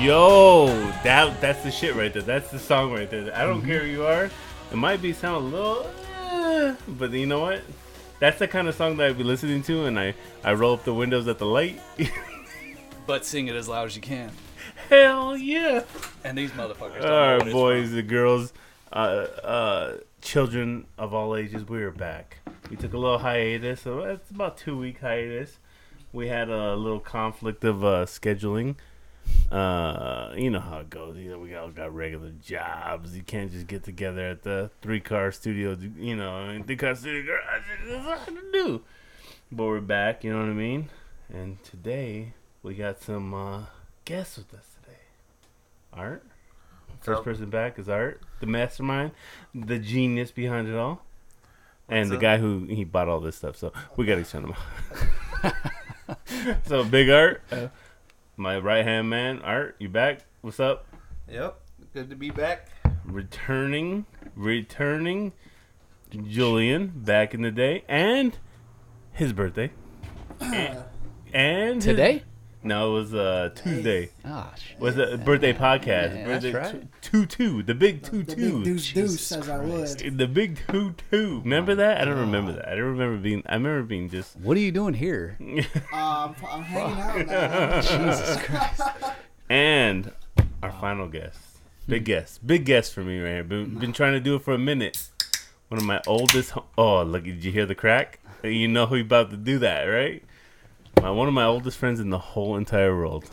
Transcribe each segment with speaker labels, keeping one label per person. Speaker 1: Yo, that that's the shit right there. That's the song right there. I don't care who you are. It might be sound a little, eh, but you know what? That's the kind of song that I'd be listening to, and I I roll up the windows at the light.
Speaker 2: But sing it as loud as you can.
Speaker 1: Hell yeah!
Speaker 2: And these motherfuckers.
Speaker 1: All right, boys and girls, uh, uh, children of all ages, we are back. We took a little hiatus. So it's about two week hiatus. We had a little conflict of uh, scheduling. Uh, you know how it goes. You know, we all got regular jobs. You can't just get together at the three car studio. You know, three car studio garage. It's hard to do. But we're back. You know what I mean. And today we got some uh, guests with us today. Art. First
Speaker 3: up?
Speaker 1: person back is Art, the mastermind, the genius behind it all, and
Speaker 3: What's
Speaker 1: the
Speaker 3: up?
Speaker 1: guy who he bought all this stuff. So we got to send him out. so big Art, uh, my right hand man, Art, you back? What's up?
Speaker 3: Yep. Good to be back.
Speaker 1: Returning, returning, Julian back in the day, and his birthday, and, and his-
Speaker 2: Today?
Speaker 1: no, it was uh, Tuesday.
Speaker 2: Ah, sh-
Speaker 1: Was a birthday podcast.
Speaker 2: Yeah, that's
Speaker 1: birthday
Speaker 2: right.
Speaker 1: two two, the big two
Speaker 4: The
Speaker 1: two.
Speaker 4: big deuce
Speaker 2: Jesus
Speaker 4: deuce, as I would.
Speaker 1: The big two two. Remember that? I don't remember that. I don't remember being. I remember being just.
Speaker 2: What are you doing here?
Speaker 4: Um, I'm hanging out now.
Speaker 2: Jesus Christ.
Speaker 1: and our final guest, big guest, big guest for me right here. Been, been trying to do it for a minute. One of my oldest. ho- Oh, look! Did you hear the crack? You know who about to do that, right? My one of my oldest friends in the whole entire world,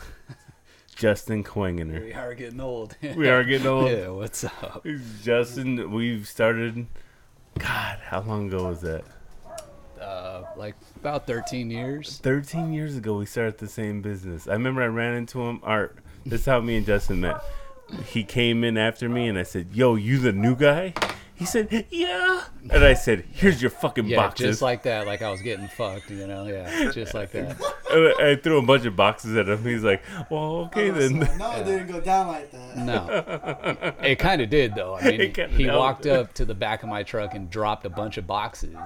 Speaker 1: Justin Quengener.
Speaker 2: We are getting old.
Speaker 1: We are getting old.
Speaker 2: Yeah, what's up?
Speaker 1: Justin, we've started. God, how long ago was that?
Speaker 2: Uh, like about 13 years.
Speaker 1: 13 years ago we started the same business i remember i ran into him art this is how me and justin met he came in after me and i said yo you the new guy he said yeah and i said here's your fucking
Speaker 2: Yeah,
Speaker 1: boxes
Speaker 2: just like that. Like I was getting fucked, you know? Yeah, just like that.
Speaker 1: And I, I threw a bunch of boxes at him he's like well
Speaker 2: Oh,
Speaker 1: okay then
Speaker 4: No, it didn't go down like that.
Speaker 2: No. It kind of did, though. I mean,
Speaker 1: It kinda
Speaker 2: he
Speaker 1: did.
Speaker 2: walked up to the back of my truck and dropped a bunch of boxes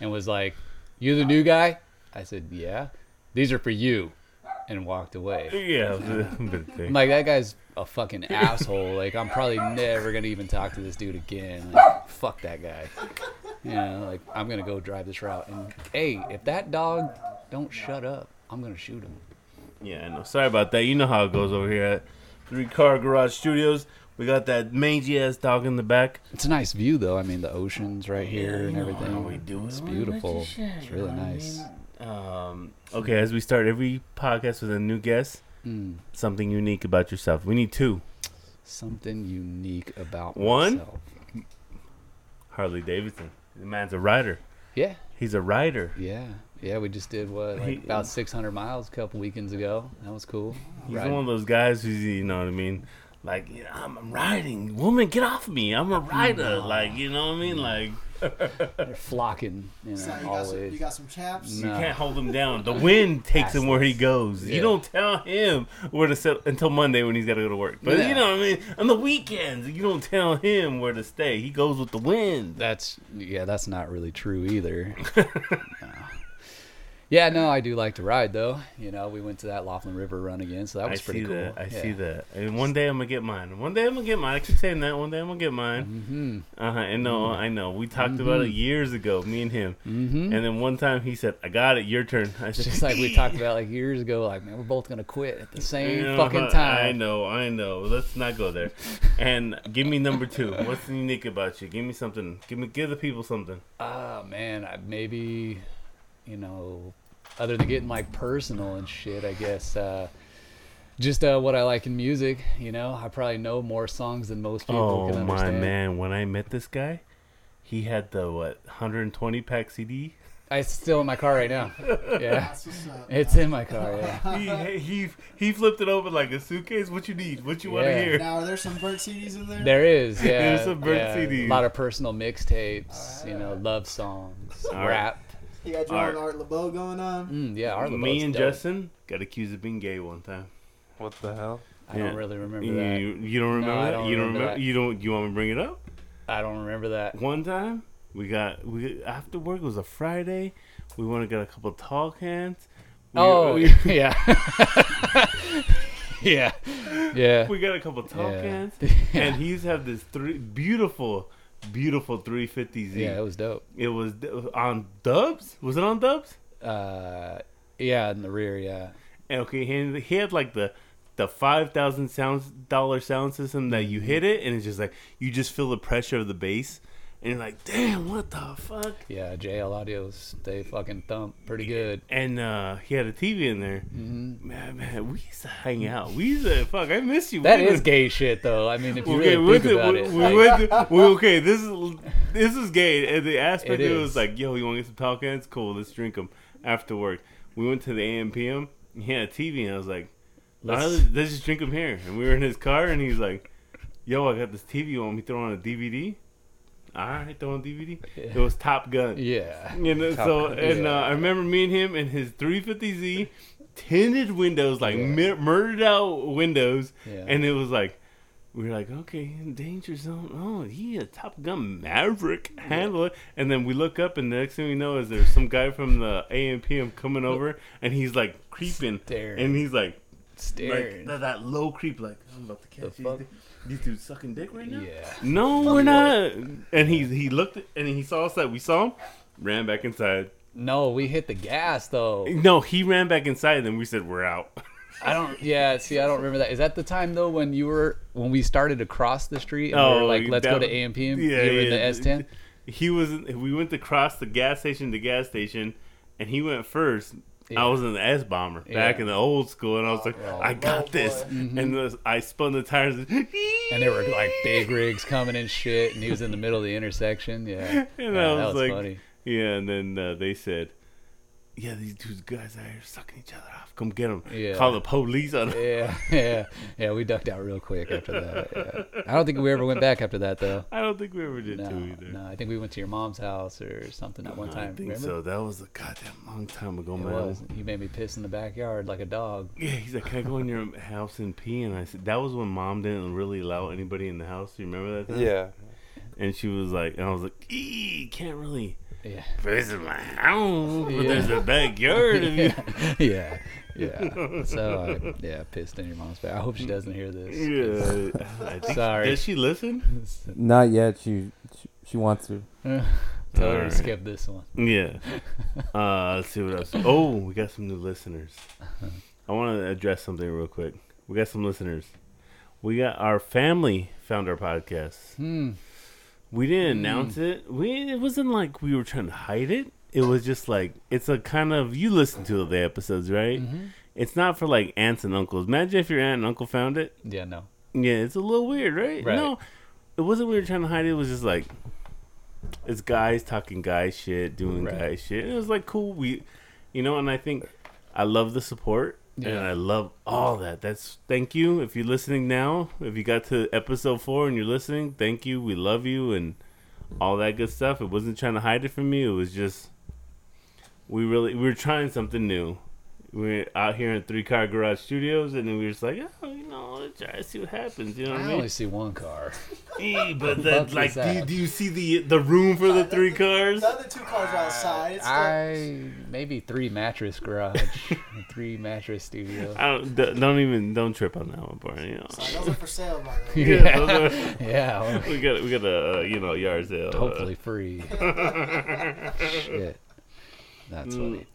Speaker 2: and was like, You the new guy? I said, Yeah. These are for you. And walked away.
Speaker 1: yeah it was a bit of a
Speaker 2: I'm
Speaker 1: thing.
Speaker 2: like, That guy's a fucking asshole. Like, I'm probably never going to even talk to this dude again. Like, fuck that guy. You know, like, I'm going to go drive this route. And hey, if that dog don't shut up, I'm going to shoot him.
Speaker 1: yeah i know sorry about that you know how it goes over here at three car garage studios we got that mangy ass dog in the back
Speaker 2: It's a nice view, though. I mean, the ocean's right here and everything.
Speaker 1: how we do
Speaker 2: It's
Speaker 1: it.
Speaker 2: beautiful. It's really nice.
Speaker 1: Um, okay, as we start every podcast with a new guest,
Speaker 2: Hmm.
Speaker 1: something unique about yourself. We need two.
Speaker 2: Something unique about
Speaker 1: One?
Speaker 2: myself.
Speaker 1: Harley Davidson. The man's a rider.
Speaker 2: Yeah,
Speaker 1: He's a rider.
Speaker 2: yeah, yeah. We just did what like
Speaker 1: He-
Speaker 2: about 600 miles a couple weekends ago. That was cool.
Speaker 1: He's
Speaker 2: Riding-
Speaker 1: one of those guys who's, you know what I mean? Like, you know, I'm, I'm riding. Woman, get off me. I'm a rider. Like, you know what I mean? Like,
Speaker 2: they're flocking, you know,
Speaker 4: So you, got some,
Speaker 2: always.
Speaker 4: you got some chaps.
Speaker 1: you
Speaker 2: No.
Speaker 1: can't hold him down. The wind takes him where he goes. You
Speaker 2: Yeah.
Speaker 1: don't tell him where to settle until Monday when he's got to go to work. But
Speaker 2: Yeah.
Speaker 1: you know what I mean? On the weekends, you don't tell him where to stay. He goes with the wind.
Speaker 2: that's yeah, that's not really true either. No. Yeah, no, I do like to ride though. You know, we went to that Laughlin River run again, so that was
Speaker 1: I
Speaker 2: pretty
Speaker 1: see
Speaker 2: cool.
Speaker 1: that. I
Speaker 2: yeah.
Speaker 1: see that. And one day I'm gonna get mine. One day I'm gonna get mine. I keep saying that. One day I'm gonna get mine. Mm-hmm. Uh huh. And no,
Speaker 2: Mm-hmm.
Speaker 1: I know. We talked about it years ago, me and him. Mm-hmm. And then one time he said, "I got it. Your turn." I said,
Speaker 2: Just like we talked about like years ago, like man, we're both gonna quit at the same
Speaker 1: "Yeah,
Speaker 2: fucking
Speaker 1: I
Speaker 2: time.
Speaker 1: know. I know. Let's not go there. and give me number two. What's unique about you? Give me something. Give me. Give the people something.
Speaker 2: Ah man, I, maybe you know, other than getting like personal and shit, I guess. Uh, just uh, what I like in music, you know. I probably know more songs than most people
Speaker 1: Oh
Speaker 2: can
Speaker 1: my
Speaker 2: understand.
Speaker 1: man! When I met this guy, he had the what 120 pack CD.
Speaker 2: I, it's still in my car right now. Yeah,
Speaker 4: That's what's up.
Speaker 2: it's in my car. Yeah.
Speaker 1: he, he he flipped it over like a suitcase. What you need? What you want to
Speaker 2: Yeah.
Speaker 1: hear?
Speaker 4: Now, are there some Burt CDs in there?
Speaker 2: There is, yeah,
Speaker 1: There's some Burt
Speaker 2: yeah,
Speaker 1: CDs.
Speaker 2: a lot of personal mixtapes, you know, love songs,
Speaker 1: Ah. All right.
Speaker 2: rap.
Speaker 4: You got your
Speaker 1: Art.
Speaker 4: own Art LeBeau going on.
Speaker 2: Mm, yeah, our
Speaker 1: Me
Speaker 2: Lobot's
Speaker 1: and
Speaker 2: dope.
Speaker 1: Justin got accused of being gay one time.
Speaker 3: What the hell?
Speaker 2: I
Speaker 1: Yeah.
Speaker 2: don't really remember
Speaker 1: You,
Speaker 2: that.
Speaker 1: you don't remember
Speaker 2: I
Speaker 1: that?
Speaker 2: don't
Speaker 1: you don't
Speaker 2: remember
Speaker 1: remember?
Speaker 2: that.
Speaker 1: You don't? You want me to bring it up?
Speaker 2: I don't remember that.
Speaker 1: One time we got we after work it was a Friday. We went and got a couple tall cans. We,
Speaker 2: Oh,
Speaker 1: we-
Speaker 2: yeah. yeah. Yeah.
Speaker 1: We got a couple Tonkas,
Speaker 2: Yeah.
Speaker 1: and he used to have this three beautiful, beautiful 350Z.
Speaker 2: yeah, it was dope.
Speaker 1: It was it was on Dubs. Was it on Dubs?
Speaker 2: Uh, yeah, in the rear, yeah.
Speaker 1: And okay, he, he had like the the five thousand sounds dollar sound system that
Speaker 2: Mm-hmm.
Speaker 1: you hit it, and it's just like you just feel the pressure of the bass, and you're like, damn, what the fuck?
Speaker 2: Yeah, JL Audios, they fucking thump pretty good. Mm-hmm.
Speaker 1: And uh, he had a TV in there.
Speaker 2: Mm.
Speaker 1: Man, man, we used to hang out. We used to fuck. I miss you.
Speaker 2: That
Speaker 1: We
Speaker 2: is
Speaker 1: would-
Speaker 2: gay shit, though. I mean, if you
Speaker 1: Okay,
Speaker 2: really
Speaker 1: with
Speaker 2: think
Speaker 1: it,
Speaker 2: about
Speaker 1: we,
Speaker 2: it.
Speaker 1: we
Speaker 2: like,
Speaker 1: went to- we- okay, this is this is gay. And the aspect
Speaker 2: It
Speaker 1: it, it was
Speaker 2: is.
Speaker 1: like, yo, you want to get some talk ends? Cool, let's drink them after work. We went to the AMPM. He had a TV, and I was like, let's,
Speaker 2: let's-
Speaker 1: let's just drink them here. And we were in his car, and he's like, yo, I got this TV. You want me to throw on a DVD? All right, throw on DVD. It was Top Gun.
Speaker 2: yeah.
Speaker 1: You know, so
Speaker 2: Gun,
Speaker 1: and
Speaker 2: yeah.
Speaker 1: uh, I remember me and him and his 350Z tinted windows, like mir- murdered out windows,
Speaker 2: Yeah.
Speaker 1: and it was like we were like, okay, danger zone. Oh, he a Top Gun Maverick handler, and then we look up, and the next thing we know is there's some guy from the AMPM coming over, and he's like creeping,
Speaker 2: Staring.
Speaker 1: and he's like, like
Speaker 2: Staring.
Speaker 1: that, that low creep, like I'm about to catch
Speaker 2: fuck?
Speaker 1: you. These dudes sucking dick right now.
Speaker 2: yeah.
Speaker 1: No, we're not. And he he looked at- and he saw us that we saw him, ran back inside.
Speaker 2: No, we hit the gas, though.
Speaker 1: No, he ran back inside, and then we said we're out.
Speaker 2: I don't. Yeah, see, I don't remember that. Is that the time though when you were when we started across the street and we
Speaker 1: Oh,
Speaker 2: were like, let's go
Speaker 1: that-
Speaker 2: to AMP? Yeah, you
Speaker 1: yeah,
Speaker 2: were in the
Speaker 1: yeah.
Speaker 2: S10.
Speaker 1: He was. We went to cross the gas station to gas station, and he went first.
Speaker 2: Yeah.
Speaker 1: I was in the S bomber back
Speaker 2: Yeah. Mm-hmm.
Speaker 1: in the old school, and I was like, I got this, and this, I spun the tires, and,
Speaker 2: And there were like big rigs coming and shit, and he was in the middle of the intersection. Yeah,
Speaker 1: And I
Speaker 2: Yeah,
Speaker 1: was,
Speaker 2: that was
Speaker 1: like,
Speaker 2: funny.
Speaker 1: yeah. And then uh, they said, yeah, these two guys out here sucking each other off. Come get them.
Speaker 2: Yeah.
Speaker 1: Call the police on 'em."
Speaker 2: yeah, yeah, yeah. We ducked out real quick after that. yeah. I don't think we ever went back after that though.
Speaker 1: I don't think we ever did
Speaker 2: No,
Speaker 1: too either.
Speaker 2: no, I think we went to your mom's house or something at one time.
Speaker 1: I think
Speaker 2: remember?
Speaker 1: so. That was a goddamn long time ago,
Speaker 2: It
Speaker 1: man.
Speaker 2: was. You made me piss in the backyard like a dog.
Speaker 1: Yeah, he's like, "Can I go in your house and pee?" And I said, "That was when mom didn't really allow anybody in the house. You remember that? Time?
Speaker 3: Yeah.
Speaker 1: And she was like, and I was like, "Ee, can't really
Speaker 2: Yeah,
Speaker 1: piss in my house, but
Speaker 2: Yeah.
Speaker 1: there's a backyard." and you-"
Speaker 2: yeah, yeah. So I, yeah, pissed in your mom's back. I hope she doesn't hear this.
Speaker 1: yeah. I think
Speaker 2: Sorry.
Speaker 1: Does she listen?
Speaker 5: Not yet. She she, she wants to.
Speaker 2: Tell her
Speaker 1: Alright.
Speaker 2: to skip this one.
Speaker 1: Yeah. Uh, let's see what else. Oh, we got some new listeners. I want to address something real quick. We got some listeners. We got our family found our podcast.
Speaker 2: Hmm.
Speaker 1: We didn't announce it. We it wasn't like we were trying to hide it. It was just like it's a kind of you listen to the episodes, right?
Speaker 2: Mm-hmm.
Speaker 1: It's not for like aunts and uncles. Imagine if your aunt and uncle found it.
Speaker 2: Yeah, no.
Speaker 1: Yeah, it's a little weird, right?
Speaker 2: Right.
Speaker 1: No, it wasn't we were trying to hide it. It was just like it's guys talking guy shit, doing
Speaker 2: Right.
Speaker 1: guy shit. It was like cool. We, you know, and I think I love the support. And
Speaker 2: Yeah.
Speaker 1: I love all that. That's thank you. If you're listening now, if you got to episode four and you're listening, thank you. We love you and all that good stuff. It wasn't trying to hide it from you. It was just we really we were trying something new. We are out here in three car garage studios, and then we were just like, oh, you know, let's try to see what happens. You know what
Speaker 2: I
Speaker 1: I
Speaker 2: only
Speaker 1: mean?
Speaker 2: see one car.
Speaker 1: Eh, but
Speaker 2: fuck
Speaker 1: then,
Speaker 2: was
Speaker 1: like, do you,
Speaker 2: that?
Speaker 1: do you see the the room for the three cars?
Speaker 4: The other two cars are outside. It's still,
Speaker 2: I maybe three mattress garage, three mattress studio.
Speaker 1: I don't, d- don't even don't trip on that one, Barney. You know?
Speaker 4: those are for sale, by the way.
Speaker 1: Yeah,
Speaker 2: Yeah,
Speaker 1: those are-
Speaker 2: yeah.
Speaker 1: we got we got a uh, you know yard sale. uh,
Speaker 2: Hopefully free. Shit, that's funny.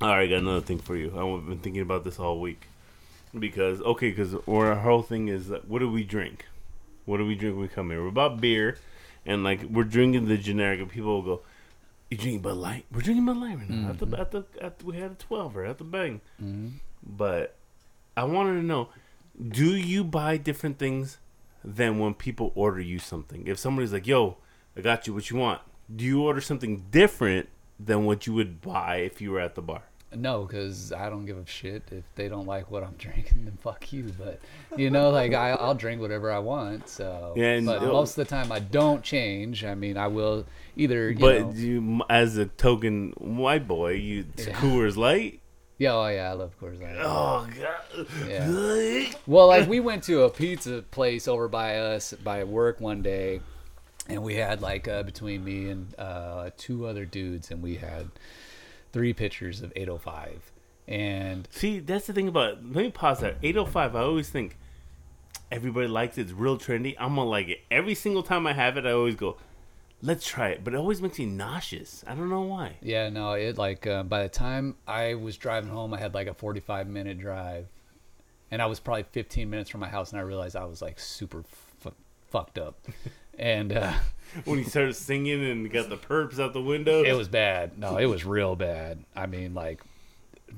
Speaker 1: All right, I got another thing for you. I've been thinking about this all week because okay, because our whole thing is that what do we drink? What do we drink when we come here? We're about beer, and like we're drinking the generic, and people will go, "You drinking Bud Light? We're drinking Bud Light right now." At the at the at, we had a twelve or at the bang, but I wanted to know, do you buy different things than when people order you something? If somebody's like, "Yo, I got you what you want," do you order something different? Than what you would buy if you were at the bar.
Speaker 2: No, because I don't give a shit if they don't like what I'm drinking. Then fuck you. But you know, like I, I'll drink whatever I want. So,
Speaker 1: Yeah, and-
Speaker 2: but most of the time I don't change. I mean, I will either. You
Speaker 1: But
Speaker 2: know,
Speaker 1: you, as a token white boy, you it's
Speaker 2: Yeah.
Speaker 1: Coors Light.
Speaker 2: yeah, oh yeah, I love Coors Light.
Speaker 1: Oh god.
Speaker 2: Well, like we went to a pizza place over by us by work one day, and we had like uh, between me and uh, two other dudes, and we had three pitchers of 805. and
Speaker 1: See, that's the thing about let me pause there. Eight oh five. I always think everybody likes it. It's real trendy. I'm gonna like it every single time I have it. I always go, let's try it. But it always makes me nauseous. I don't know why.
Speaker 2: yeah, no, it like uh, by the time I was driving home, I had like a 45 minute drive, and I was probably 15 minutes from my house, and I realized I was like super f- fucked up, and uh,
Speaker 1: When he started singing and got the perps out the window.
Speaker 2: it was bad. No, it was real bad. I mean, like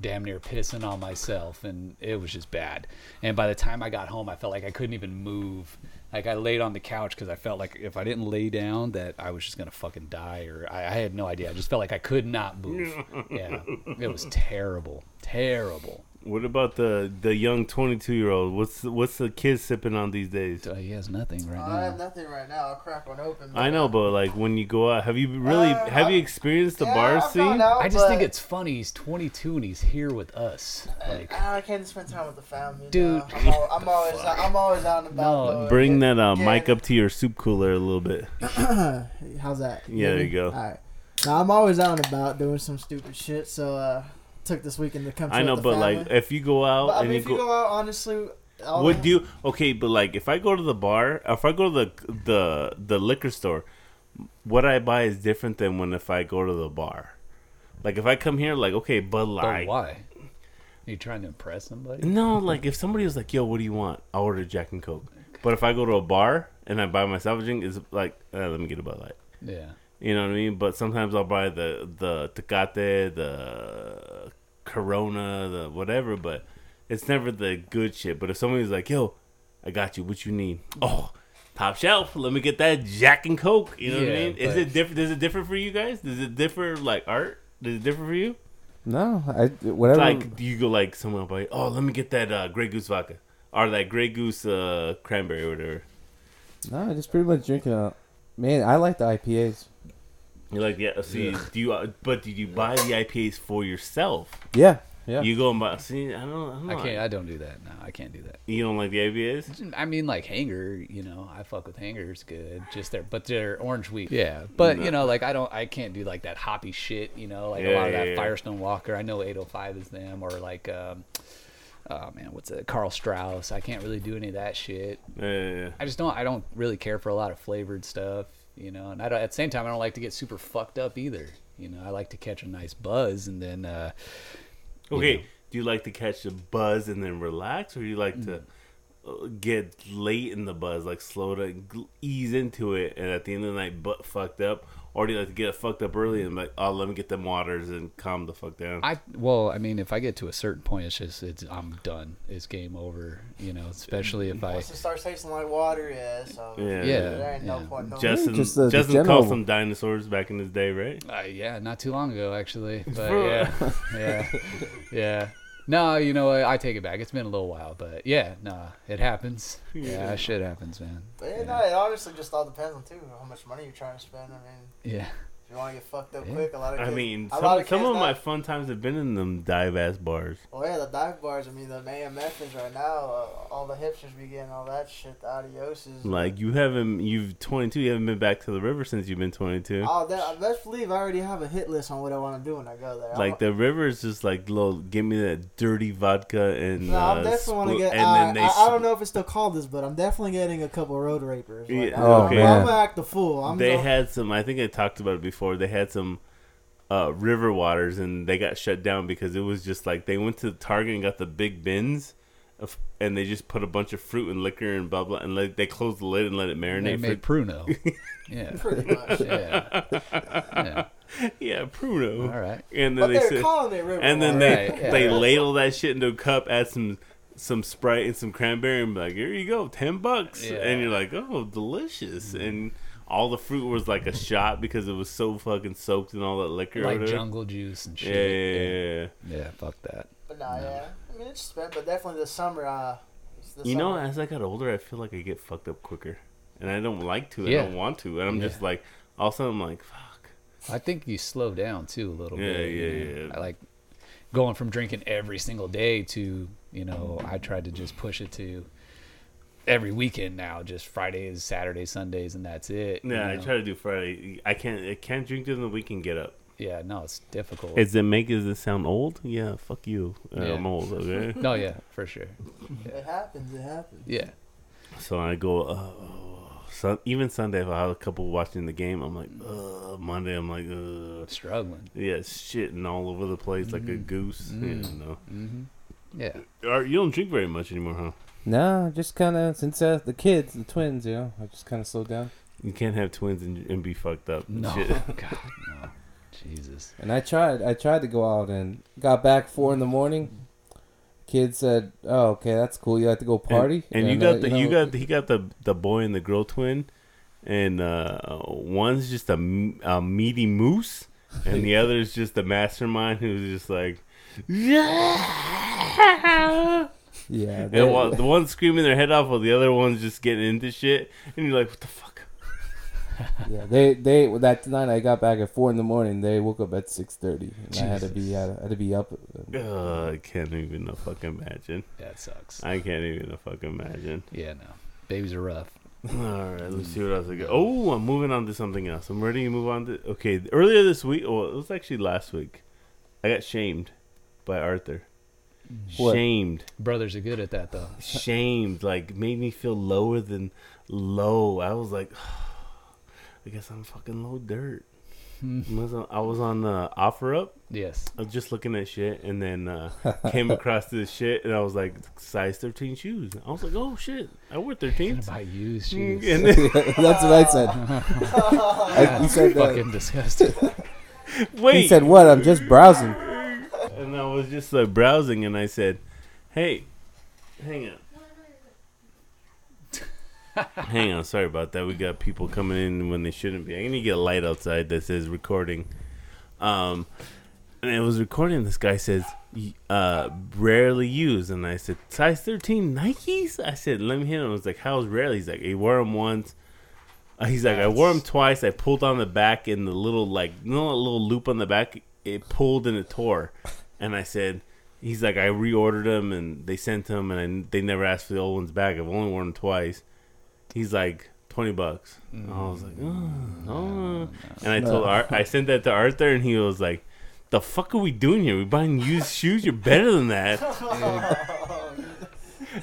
Speaker 2: damn near pissing on myself and it was just bad and by the time i got home i felt like i couldn't even move like i laid on the couch because i felt like if i didn't lay down that i was just gonna fucking die or I, I had no idea i just felt like i could not move yeah it was terrible terrible
Speaker 1: What about the the young twenty two year old? What's the- what's the kid sipping on these days?
Speaker 2: Uh, he has nothing right
Speaker 4: I have
Speaker 2: now
Speaker 4: nothing right now. I'll crack one open.
Speaker 1: I know, but like when you go out, have you really
Speaker 4: Uh,
Speaker 1: have you
Speaker 4: I-
Speaker 1: experienced the
Speaker 4: Yeah,
Speaker 1: bar
Speaker 4: I've
Speaker 1: scene?
Speaker 4: gone out,
Speaker 2: i just think
Speaker 4: but
Speaker 2: it's funny he's 22 and he's here with us like
Speaker 4: I can't spend time with the family,
Speaker 2: Dude.
Speaker 4: now. I'm, al- I'm always, I'm always out and about.
Speaker 2: No.
Speaker 4: though.
Speaker 1: Bring that uh,
Speaker 4: Yeah.
Speaker 1: mic up to your soup cooler a little bit.
Speaker 4: How's that?
Speaker 1: Yeah, there you go.
Speaker 4: All right. Now I'm always out and about doing some stupid shit, so uh, took this weekend to come.
Speaker 1: I
Speaker 4: chill
Speaker 1: know,
Speaker 4: with the
Speaker 1: but like
Speaker 4: family.
Speaker 1: if you go out
Speaker 4: But, I
Speaker 1: and
Speaker 4: mean,
Speaker 1: you
Speaker 4: if you
Speaker 1: go,
Speaker 4: go out, honestly, all
Speaker 1: would
Speaker 4: that-
Speaker 1: you okay? But like if I go to the bar, if I go to the the the liquor store, what I buy is different than when if I go to the bar. Like if I come here, like okay, Bud
Speaker 2: but
Speaker 1: Light.
Speaker 2: why are you trying to impress somebody
Speaker 1: No, like if somebody was like, "Yo, what do you want?" I'll order Jack and Coke. But if I go to a bar and I buy myself a drink, is like, uh, let me get a Bud Light.
Speaker 2: yeah
Speaker 1: You know what I mean? But sometimes I'll buy the the Tecate, the Corona, the whatever. But it's never the good shit. But if somebody's like, "Yo, I got you. What you need?" Oh, top shelf. Let me get that Jack and Coke. You know what I
Speaker 2: Yeah,
Speaker 1: mean? Is
Speaker 2: but-
Speaker 1: it different? Is it different for you guys? Does it differ like art? Is it different for you?
Speaker 5: No, I whatever.
Speaker 1: Like do you go like someone by? Oh, let me get that uh, Grey Goose vodka or that Grey Goose uh, cranberry or whatever.
Speaker 5: no, I just pretty much drink it. out. Man, I like the IPAs.
Speaker 1: You like yeah? See, do you? Uh, but did you buy the IPAs for yourself?
Speaker 5: Yeah, yeah.
Speaker 1: You go and buy. See, I don't. I don't.
Speaker 2: i
Speaker 1: know.
Speaker 2: can't i don't do that no i can't do that
Speaker 1: You don't like the IPAs?
Speaker 2: I mean, like hanger, you know, I fuck with hangers good. Just their, but they're orange wheat. Yeah, but you know, like I don't, I can't do like that hoppy shit. You know, like a
Speaker 1: Yeah,
Speaker 2: lot of
Speaker 1: yeah,
Speaker 2: that
Speaker 1: yeah.
Speaker 2: Firestone Walker. I know 805 is them, or like, um, oh man, what's it? Carl Strauss. I can't really do any of that shit.
Speaker 1: Yeah, yeah, yeah.
Speaker 2: I just don't. I don't really care for a lot of flavored stuff. You know, and I don't, at the same time, I don't like to get super fucked up either. You know, I like to catch a nice buzz and then uh,
Speaker 1: Okay.
Speaker 2: know.
Speaker 1: Do you like to catch the buzz and then relax, or do you like to uh, get late in the buzz, like slow to gl- ease into it, and at the end of the night, butt fucked up, or do you like to get fucked up early and like, oh, let me get them waters and calm the fuck down?
Speaker 2: I well, I mean, if I get to a certain point, it's just it's I'm done. It's game over. You know, especially if I
Speaker 4: Once it starts tasting like water, yeah. So
Speaker 1: Yeah.
Speaker 2: Yeah,
Speaker 4: there ain't no
Speaker 2: yeah.
Speaker 4: point. No
Speaker 1: Justin,
Speaker 5: just the- the
Speaker 1: Justin
Speaker 5: general-
Speaker 1: called some dinosaurs back in his day, right?
Speaker 2: uh, yeah, not too long ago actually. But yeah, yeah, yeah. No, you know, I, I take it back. It's been a little while, but yeah, nah, it happens. Yeah,
Speaker 1: Yeah.
Speaker 2: shit happens, man.
Speaker 4: But yeah, no, it obviously just all depends on too how much money you're trying to spend. I mean,
Speaker 2: Yeah,
Speaker 4: if you want to get fucked up
Speaker 2: Yeah.
Speaker 4: quick, a lot of
Speaker 1: I
Speaker 4: kids,
Speaker 1: mean,
Speaker 4: a
Speaker 1: some,
Speaker 4: lot
Speaker 1: of
Speaker 4: of
Speaker 1: some
Speaker 4: kids
Speaker 1: of
Speaker 4: now-
Speaker 1: my fun times have been in them dive ass bars.
Speaker 4: Well, yeah, the dive bars. I mean, the AMFs right now, uh, all the hipsters be getting all that shit. The adioses.
Speaker 1: Like you haven't, you've 22, you haven't been back to the river since you've been 22.
Speaker 4: Oh, that, I best believe I already have a hit list on what I want to do when I go there.
Speaker 1: Like
Speaker 4: I'm,
Speaker 1: the river is just like, little, give me that dirty vodka and
Speaker 4: no,
Speaker 1: uh,
Speaker 4: I'm definitely want
Speaker 1: spl-
Speaker 4: to get.
Speaker 1: and
Speaker 4: I,
Speaker 1: then they
Speaker 4: I, I don't
Speaker 1: spl-
Speaker 4: know if it's still called this, but I'm definitely getting a couple road rapers. Like,
Speaker 1: Yeah,
Speaker 4: I'm, I'm-
Speaker 5: okay.
Speaker 4: I'm gonna act the fool. I'm
Speaker 1: they
Speaker 4: gonna-
Speaker 1: had some. I think I talked about it before. They had some uh, river waters, and they got shut down because it was just like they went to Target and got the big bins, of, and they just put a bunch of fruit and liquor and blah blah, and let, they closed the lid and let it
Speaker 2: they
Speaker 1: marinate.
Speaker 2: made Pruno. yeah,
Speaker 4: pretty much.
Speaker 2: yeah, yeah.
Speaker 1: for, yeah, Pruno.
Speaker 2: All right.
Speaker 1: And
Speaker 4: But
Speaker 1: then they
Speaker 4: they're
Speaker 1: said,
Speaker 4: calling it river.
Speaker 1: and then
Speaker 4: water.
Speaker 1: they
Speaker 2: Right, yeah.
Speaker 1: they ladle that shit into a cup, add some some Sprite and some cranberry, and be like, here you go, ten bucks,
Speaker 2: Yeah. Mm-hmm.
Speaker 1: and you're like, oh, delicious, and. All the fruit was like a shot because it was so fucking soaked in all that liquor. or
Speaker 2: Like
Speaker 1: whatever.
Speaker 2: jungle juice and
Speaker 1: Yeah, yeah,
Speaker 2: shit.
Speaker 1: yeah, yeah.
Speaker 2: Yeah, yeah fuck that.
Speaker 4: But nah, yeah. I mean, it's just been, but definitely this summer. Uh, it's the
Speaker 1: You know,
Speaker 4: summer.
Speaker 1: as I got older, I feel like I get fucked up quicker, and I don't like to.
Speaker 2: Yeah.
Speaker 1: I don't want to, and I'm
Speaker 2: Yeah.
Speaker 1: just like, all of a sudden, I'm like, fuck.
Speaker 2: I think you slow down too a little
Speaker 1: Yeah,
Speaker 2: bit. you
Speaker 1: yeah,
Speaker 2: know.
Speaker 1: yeah.
Speaker 2: I like going from drinking every single day to, you know, I tried to just push it to every weekend now, just Fridays, Saturdays, Sundays, and that's it. you
Speaker 1: Yeah, I
Speaker 2: know.
Speaker 1: try to do Friday. I can't. I can't drink during the week and get up.
Speaker 2: yeah, no, it's difficult.
Speaker 1: Is it make does it sound old? Yeah, fuck you. Uh,
Speaker 2: Yeah.
Speaker 1: I'm old. Okay.
Speaker 2: no, yeah, for sure.
Speaker 4: It happens. It happens.
Speaker 2: Yeah,
Speaker 1: so I go. Uh, oh, sun even Sunday, if I had a couple watching the game, I'm like, uh, Monday, I'm like, uh,
Speaker 2: struggling.
Speaker 1: yeah, shitting all over the place like a goose. Yeah, no.
Speaker 2: hmm Yeah,
Speaker 1: Are- you don't drink very much anymore, huh?
Speaker 5: No, just kind of since uh, the kids, the twins, you know, I just kind of slowed down.
Speaker 1: You can't have twins and, and be fucked up. and
Speaker 2: no,
Speaker 1: shit.
Speaker 2: God, no, Jesus.
Speaker 5: And I tried, I tried to go out and got back four in the morning. Kid said, "Oh, okay, that's cool. You like to go
Speaker 1: And-
Speaker 5: party."
Speaker 1: And, you got
Speaker 5: uh,
Speaker 1: the you,
Speaker 5: know,
Speaker 1: got he got the the boy and the girl twin, and uh, one's just a, m- a meaty moose, and the other is just a mastermind who's just like. Yeah.
Speaker 5: yeah. they-
Speaker 1: And while the one's screaming their head off, while the other one's just getting into shit, and you're like, "What the fuck?"
Speaker 5: Yeah, they they well, that night I got back at four in the morning. They woke up at six thirty, and I had to be I had to be up.
Speaker 1: Uh, I can't even fucking imagine.
Speaker 2: That sucks.
Speaker 1: I can't even fucking imagine.
Speaker 2: Yeah, no, babies are rough.
Speaker 1: All right, let's see what else I got. Oh, I'm moving on to something else. I'm ready to move on to. Okay, earlier this week, well, it was actually last week, I got shamed by Arthur.
Speaker 5: What?
Speaker 1: Shamed,
Speaker 2: Brothers are good at that though.
Speaker 1: shamed, like made me feel lower than low. I was like, I guess I'm fucking low dirt. Must- I was on the offer up.
Speaker 2: Yes.
Speaker 1: I was just looking at shit, and then uh, came across this shit, and I was like, size 13 shoes. I was like, oh shit, I wear 13s.
Speaker 2: By you,
Speaker 1: And
Speaker 2: she's
Speaker 1: then
Speaker 5: that's what I said. I, he said, uh,
Speaker 2: fucking disgusting.
Speaker 1: wait,
Speaker 5: he said, "What? I'm just browsing."
Speaker 1: and I was just like browsing, and I said, "Hey, hang on, hang on. Sorry about that. We got people coming in when they shouldn't be. I need to get a light outside that says recording." Um, and it was recording. This guy says, y- "Uh, rarely used," and I said, "Size thirteen Nikes." I said, "Let me hit him." I was like, "How's rarely?" He's like, "He wore them once." Uh, He's like, I wore them twice. I pulled on the back, and the little like, you know, that little loop on the back, it pulled and it tore. And I said, he's like, I reordered them, and they sent them, and I, they never asked for the old ones back. I've only worn them twice. He's like, twenty bucks. And I was like, oh, oh. and I told Ar- I sent that to Arthur, and he was like, the fuck are we doing here? We buying used shoes? You're better than that.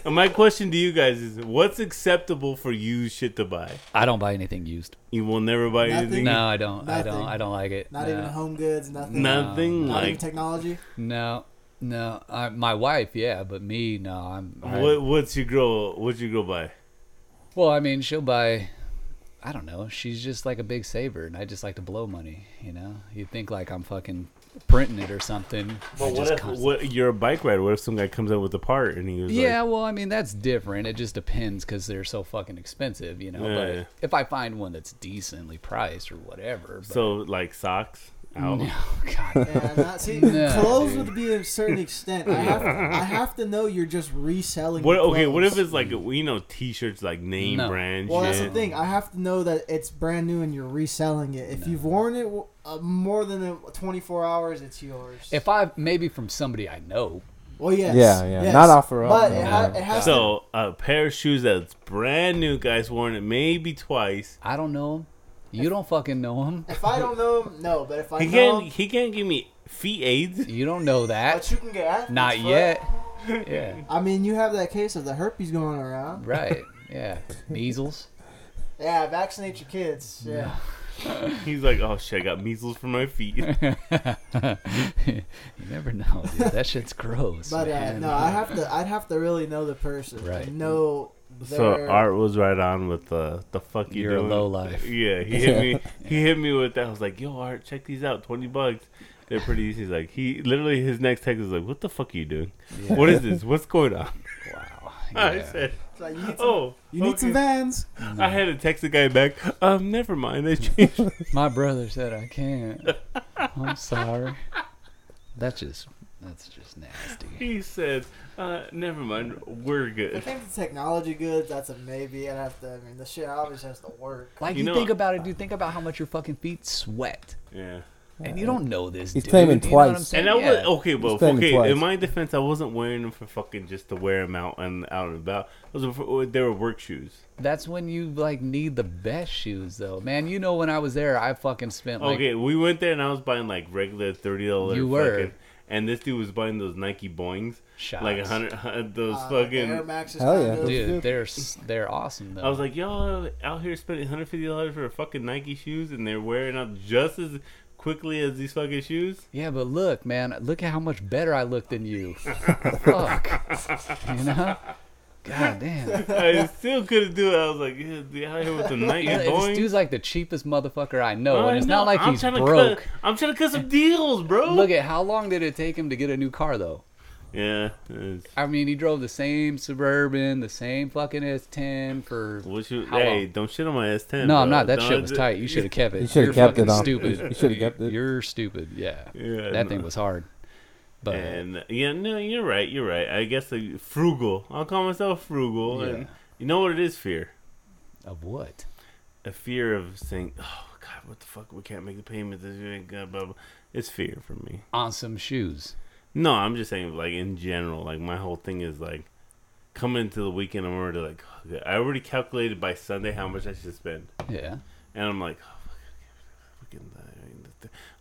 Speaker 1: And my question to you guys is, what's acceptable for used shit to buy?
Speaker 2: I don't buy anything used.
Speaker 1: You will never buy
Speaker 4: Nothing.
Speaker 1: anything.
Speaker 2: No, I don't. I don't.
Speaker 4: Nothing.
Speaker 2: I don't like it.
Speaker 4: Not
Speaker 2: no.
Speaker 4: even home goods. Nothing.
Speaker 1: Nothing
Speaker 4: Not even
Speaker 1: like
Speaker 4: technology.
Speaker 2: No, no. I, my wife, yeah, but me, no. I'm. I-
Speaker 1: what? What's your girl? What's your girl buy?
Speaker 2: well, I mean, she'll buy. I don't know. She's just like a big saver, and I just like to blow money. You know, you'd think like I'm fucking printing it or something. I
Speaker 1: Well, what
Speaker 2: just
Speaker 1: if
Speaker 2: constantly-
Speaker 1: what, you're a bike rider? What if some guy comes out with a part and he was
Speaker 2: Yeah,
Speaker 1: like,
Speaker 2: well, I mean that's different. It just depends because they're so fucking expensive, you know.
Speaker 1: Yeah,
Speaker 2: but
Speaker 1: yeah.
Speaker 2: if I find one that's decently priced or whatever, but
Speaker 1: so like socks? Ow.
Speaker 2: no, God,
Speaker 4: Yeah, not, uh, see,
Speaker 2: No,
Speaker 4: clothes
Speaker 2: dude.
Speaker 4: would be a certain extent. I have, I have to know you're just reselling.
Speaker 1: What?
Speaker 4: the
Speaker 1: Okay, what if
Speaker 4: clothes.
Speaker 1: it's like you know t-shirts like name
Speaker 2: No.
Speaker 1: brand?
Speaker 4: Well,
Speaker 1: shit?
Speaker 4: that's the thing. I have to know that it's brand new and you're reselling it. If you've worn it uh, more than uh, 24 hours, it's yours.
Speaker 2: if I maybe from somebody I know,
Speaker 4: well, yes.
Speaker 5: Yeah, yeah.
Speaker 4: yes.
Speaker 5: Not offer up,
Speaker 4: But it,
Speaker 5: no.
Speaker 4: ha- it has to.
Speaker 1: So a pair of shoes that's brand new, guys worn it maybe twice.
Speaker 2: I don't know him. You don't fucking know him.
Speaker 4: If I don't know 'em, no. But if I
Speaker 1: He
Speaker 4: know
Speaker 1: can't.
Speaker 4: 'em,
Speaker 1: He can't give me feet aids.
Speaker 2: You don't know that.
Speaker 4: but you can get athlete's
Speaker 2: Not
Speaker 4: foot.
Speaker 2: yet. Yeah.
Speaker 4: I mean, you have that case of the herpes going around.
Speaker 2: Right. Yeah. Measles.
Speaker 4: Yeah, vaccinate your kids. Yeah.
Speaker 1: He's like, oh shit, I got measles for my feet.
Speaker 2: you never know, dude. That shit's gross.
Speaker 4: But uh,
Speaker 2: man.
Speaker 4: no, I have to. I'd have to really know the person.
Speaker 2: Right.
Speaker 4: Know their.
Speaker 1: So Art was right on with the the fuck you
Speaker 2: You're a
Speaker 1: doing.
Speaker 2: lowlife.
Speaker 1: Yeah, he hit me. He hit me with that. I was like, "Yo, Art, check these out. Twenty bucks. They're pretty easy." He's like, he literally his next text is like, "What the fuck are you doing?
Speaker 2: Yeah.
Speaker 1: What is this? What's going on?"
Speaker 2: Wow.
Speaker 1: I
Speaker 2: Yeah.
Speaker 1: said,
Speaker 4: It's like, you need some,
Speaker 1: "Oh,
Speaker 4: you need some
Speaker 1: okay."
Speaker 4: vans.
Speaker 1: I had to text the guy back. Um, never mind. I changed.
Speaker 2: My brother said I can't. I'm sorry. That's just that's just nasty.
Speaker 1: he said, uh, "Never mind. We're
Speaker 4: I
Speaker 1: good."
Speaker 4: think the technology goods. That's a maybe. I'd have to. I mean, the shit obviously has to work.
Speaker 2: Like
Speaker 1: You
Speaker 2: you,
Speaker 1: know-
Speaker 2: think about it, dude. Think about how much your fucking feet sweat.
Speaker 1: Yeah.
Speaker 2: And
Speaker 4: Uh,
Speaker 2: you don't know this.
Speaker 5: He's
Speaker 2: dude,
Speaker 5: claiming
Speaker 2: you know what I'm
Speaker 5: twice.
Speaker 2: saying?
Speaker 1: And I was
Speaker 2: Yeah.
Speaker 1: okay, but
Speaker 5: playing
Speaker 1: okay.
Speaker 5: twice.
Speaker 1: In my defense, I wasn't wearing them for fucking just to wear them out and out and about. Those were for, oh, they were work shoes.
Speaker 2: That's when you like need the best shoes, though, man. You know, when I was there, I fucking spent
Speaker 4: Oh,
Speaker 2: like
Speaker 1: okay, we went there and I was buying like regular thirty dollars.
Speaker 2: You were.
Speaker 1: and this dude was buying those Nike boings,
Speaker 2: shots.
Speaker 1: like a hundred those
Speaker 4: Uh, the Air
Speaker 1: fucking.
Speaker 4: Max is
Speaker 5: Hell
Speaker 4: kinda
Speaker 5: yeah.
Speaker 4: dope,
Speaker 2: dude. They're s- they're awesome though.
Speaker 1: I was like, y'all out here spending hundred fifty dollars for fucking Nike shoes, and they're wearing out just as quickly as these fucking shoes.
Speaker 2: yeah, but look, man, look at how much better I look than you. Fuck, you know. God damn.
Speaker 1: I still couldn't do it. I was like, yeah, they out here with the Nike
Speaker 2: You know, this
Speaker 1: boings.
Speaker 2: dude's like the cheapest motherfucker I know,
Speaker 1: I
Speaker 2: and it's
Speaker 1: know.
Speaker 2: not like
Speaker 1: I'm
Speaker 2: he's
Speaker 1: trying to
Speaker 2: broke.
Speaker 1: Cut, I'm trying to cut some deals, bro.
Speaker 2: Look at how long did it take him to get a new car though?
Speaker 1: yeah. it's-
Speaker 2: I mean, he drove the same suburban, the same fucking S10 for.
Speaker 1: What you,
Speaker 2: How
Speaker 1: hey,
Speaker 2: long?
Speaker 1: don't shit on my S10.
Speaker 2: No, I'm
Speaker 1: bro.
Speaker 2: not. That
Speaker 1: Don't-
Speaker 2: shit was tight. You should have kept it.
Speaker 5: You shoulda
Speaker 2: You're
Speaker 5: kept it
Speaker 2: fucking
Speaker 5: on.
Speaker 2: Stupid.
Speaker 5: You shoulda kept it.
Speaker 2: You're stupid. Yeah.
Speaker 1: Yeah,
Speaker 2: that
Speaker 1: no.
Speaker 2: thing was hard. But
Speaker 1: And yeah, no, you're right. You're right. I guess uh, frugal. I'll call myself frugal.
Speaker 2: Yeah.
Speaker 1: And you know what it is? Fear.
Speaker 2: of what?
Speaker 1: A fear of saying, "Oh God, what the fuck? We can't make the payment." This ain't good, blah, blah. It's fear for me.
Speaker 2: On some shoes.
Speaker 1: No, I'm just saying, like in general, like my whole thing is like coming into the weekend. I'm already like, oh, God. I already calculated by Sunday how much I should spend.
Speaker 2: Yeah.
Speaker 1: And I'm like, oh, fucking, fucking, uh,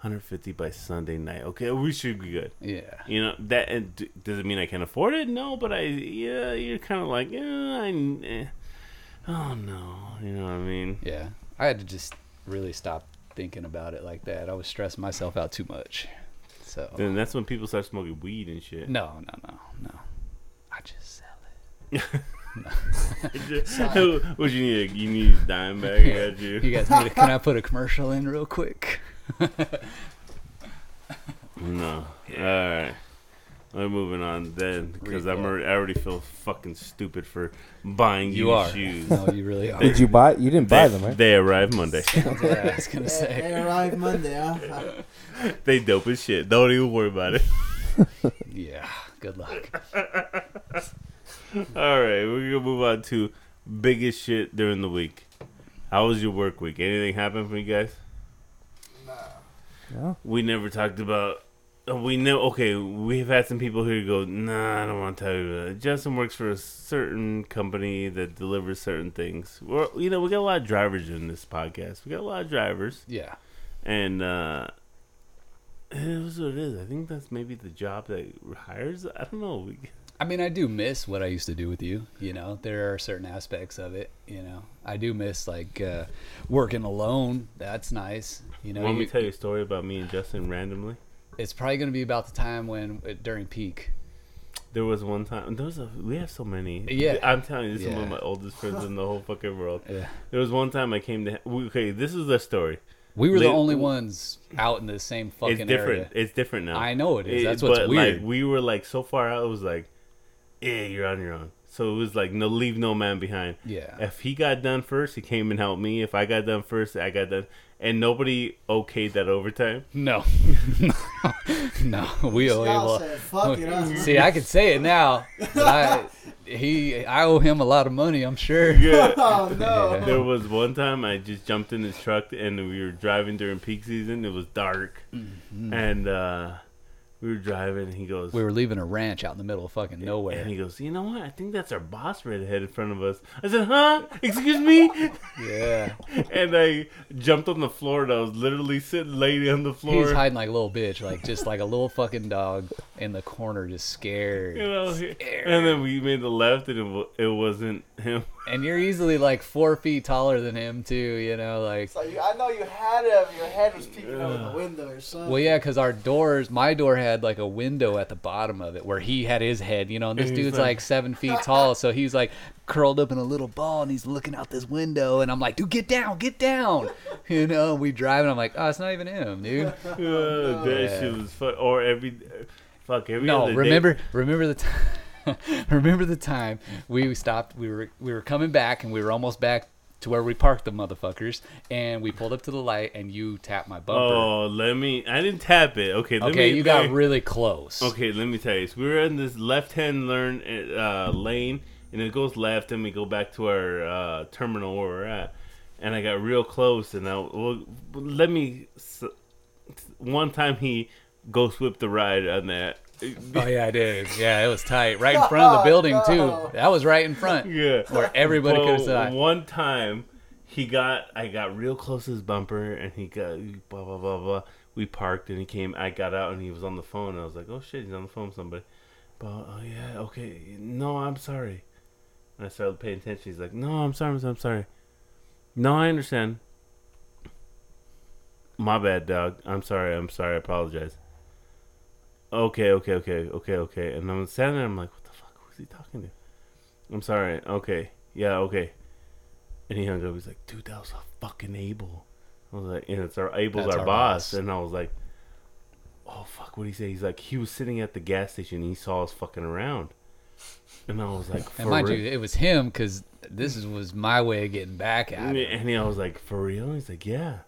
Speaker 1: 150 by Sunday night. Okay, we should be good.
Speaker 2: Yeah.
Speaker 1: You know that. And d- does it mean I can afford it? No, but I. Yeah, you're kind of like, eh, I. Eh. Oh no, you know what I mean.
Speaker 2: Yeah. I had to just really stop thinking about it like that. I was stressing myself out too much. So.
Speaker 1: Then that's when people start smoking weed and shit.
Speaker 2: No, no, no, no. I just sell it.
Speaker 1: what you need? A, you need a dime bag? I got you.
Speaker 2: You guys need to, can I put a commercial in real quick?
Speaker 1: No. All right. We're moving on then, because I'm
Speaker 2: Rico.
Speaker 1: already, I already feel fucking stupid for buying
Speaker 2: You
Speaker 1: you
Speaker 2: are.
Speaker 1: shoes.
Speaker 2: No, you really are.
Speaker 5: Did you buy? You didn't buy
Speaker 1: They,
Speaker 5: them, right?
Speaker 1: they arrive Monday.
Speaker 2: Yeah, I was gonna
Speaker 4: They, they
Speaker 2: say.
Speaker 4: arrived Monday, huh?
Speaker 1: they dope as shit. Don't even worry about it.
Speaker 2: Yeah. Good luck.
Speaker 1: All right, we're gonna move on to biggest shit during the week. How was your work week? Anything happen for you guys?
Speaker 5: No.
Speaker 1: We never talked about. uh, We know. Okay, we've had some people here go. Nah, I don't want to tell you. That. Justin works for a certain company that delivers certain things. We're, you know, we got a lot of drivers in this podcast. We got a lot of drivers,
Speaker 2: Yeah.
Speaker 1: and uh, it is what it is. I think that's maybe the job that hires. I don't know. We,
Speaker 2: I mean, I do miss what I used to do with you. You know, there are certain aspects of it. You know, I do miss like uh, working alone. That's nice. You know,
Speaker 1: want me
Speaker 2: you-
Speaker 1: to tell you a story about me and Justin randomly?
Speaker 2: it's probably going to be about the time when uh, during peak.
Speaker 1: There was one time. There was a. We have so many.
Speaker 2: Yeah.
Speaker 1: I'm telling you, this is one
Speaker 2: Yeah.
Speaker 1: of my oldest friends in the whole fucking world.
Speaker 2: Yeah.
Speaker 1: There was one time I came to. we- Okay, this is the story.
Speaker 2: We were the
Speaker 1: Lit-
Speaker 2: only ones out in the same fucking
Speaker 1: it's different.
Speaker 2: area.
Speaker 1: It's different now.
Speaker 2: I know it is. That's what's weird.
Speaker 1: Like we were like so far out. It was like, yeah, you're on your own. So it was like no, leave no man behind.
Speaker 2: Yeah.
Speaker 1: If he got done first, he came and helped me. If I got done first, I got done, and nobody okayed that overtime.
Speaker 2: No, no, we owe
Speaker 4: Y'all
Speaker 2: him.
Speaker 4: said, fuck it,
Speaker 2: A,
Speaker 4: huh?
Speaker 2: see, I could say it now. But I, he, I owe him a lot of money. I'm sure.
Speaker 1: Yeah.
Speaker 4: Oh, no.
Speaker 2: Yeah.
Speaker 1: There was one time I just jumped in his truck and we were driving during peak season. It was dark, and uh, we were driving. And he goes,
Speaker 2: Mm-hmm. We were leaving a ranch out in the middle of fucking
Speaker 1: and
Speaker 2: nowhere.
Speaker 1: he goes, you know what? I think that's our boss right ahead in front of us. I said, huh? Excuse me?
Speaker 2: Yeah.
Speaker 1: and I jumped on the floor and I was literally sitting, laying on the floor.
Speaker 2: He's hiding like a little bitch, like just like a little fucking dog in the corner, just scared.
Speaker 1: you know, and then we made the left, and it, wa- it wasn't him.
Speaker 2: And you're easily like four feet taller than him too, you know, like.
Speaker 4: So you, I know you had it. Your head was peeking out the window or something.
Speaker 2: Well, yeah, because our doors, my door had like a window at the bottom of it where he had his head, you know, and this
Speaker 1: And he's
Speaker 2: dude's
Speaker 1: like-
Speaker 2: like, seven feet tall, so he's like curled up in a little ball and he's looking out this window, and I'm like, dude, get down, get down, you know. We drive, and I'm like, oh, it's not even him, dude.
Speaker 1: Uh, that shit was fu- Or every. Fuck, every
Speaker 2: No,
Speaker 1: other day-
Speaker 2: remember, remember the time. remember the time we stopped. We were we were coming back, and we were almost back to where we parked the motherfuckers. And we pulled up to the light, and you tapped my bumper.
Speaker 1: Oh, let me. I didn't tap it. Okay, let
Speaker 2: okay,
Speaker 1: me,
Speaker 2: you got
Speaker 1: let me-
Speaker 2: really close.
Speaker 1: Okay, let me tell you. So we were in this left-hand learn uh, lane, and it goes left, and we go back to our uh, terminal where we're at. And I got real close, and I well, let me s- one time he ghost whipped the ride on that.
Speaker 2: Oh yeah, I did. Yeah, it was tight, right in front of the building
Speaker 4: No.
Speaker 2: too. That was right in front,
Speaker 1: Yeah.
Speaker 2: where everybody
Speaker 1: Well,
Speaker 2: could have saw. it.
Speaker 1: One time, he got I got real close to his bumper, and he got blah blah blah blah. We parked, and he came. I got out, and he was on the phone. And I was like, "Oh shit, he's on the phone with somebody." But oh yeah, okay. No, I'm sorry. And I started paying attention. He's like, "No, I'm sorry, I'm sorry, I'm sorry." No, I understand. My bad, dog. I'm sorry. I'm sorry. I apologize. Okay, okay, okay, okay, okay. And I'm standing there. I'm like, what the fuck? Who's he talking to? I'm sorry. Okay. Yeah, okay. And he hung up. He's like, dude, that was a fucking Abel. I was like, and it's our Abel's
Speaker 2: That's
Speaker 1: our,
Speaker 2: our
Speaker 1: boss.
Speaker 2: boss.
Speaker 1: And I was like, oh, fuck, what did he say? He's like, he was sitting at the gas station and he saw us fucking around. And I was like, for
Speaker 2: And mind
Speaker 1: real?
Speaker 2: you, it was him because this is, was my way of getting back at
Speaker 1: And,
Speaker 2: him.
Speaker 1: and I was like, for real? He's like, yeah.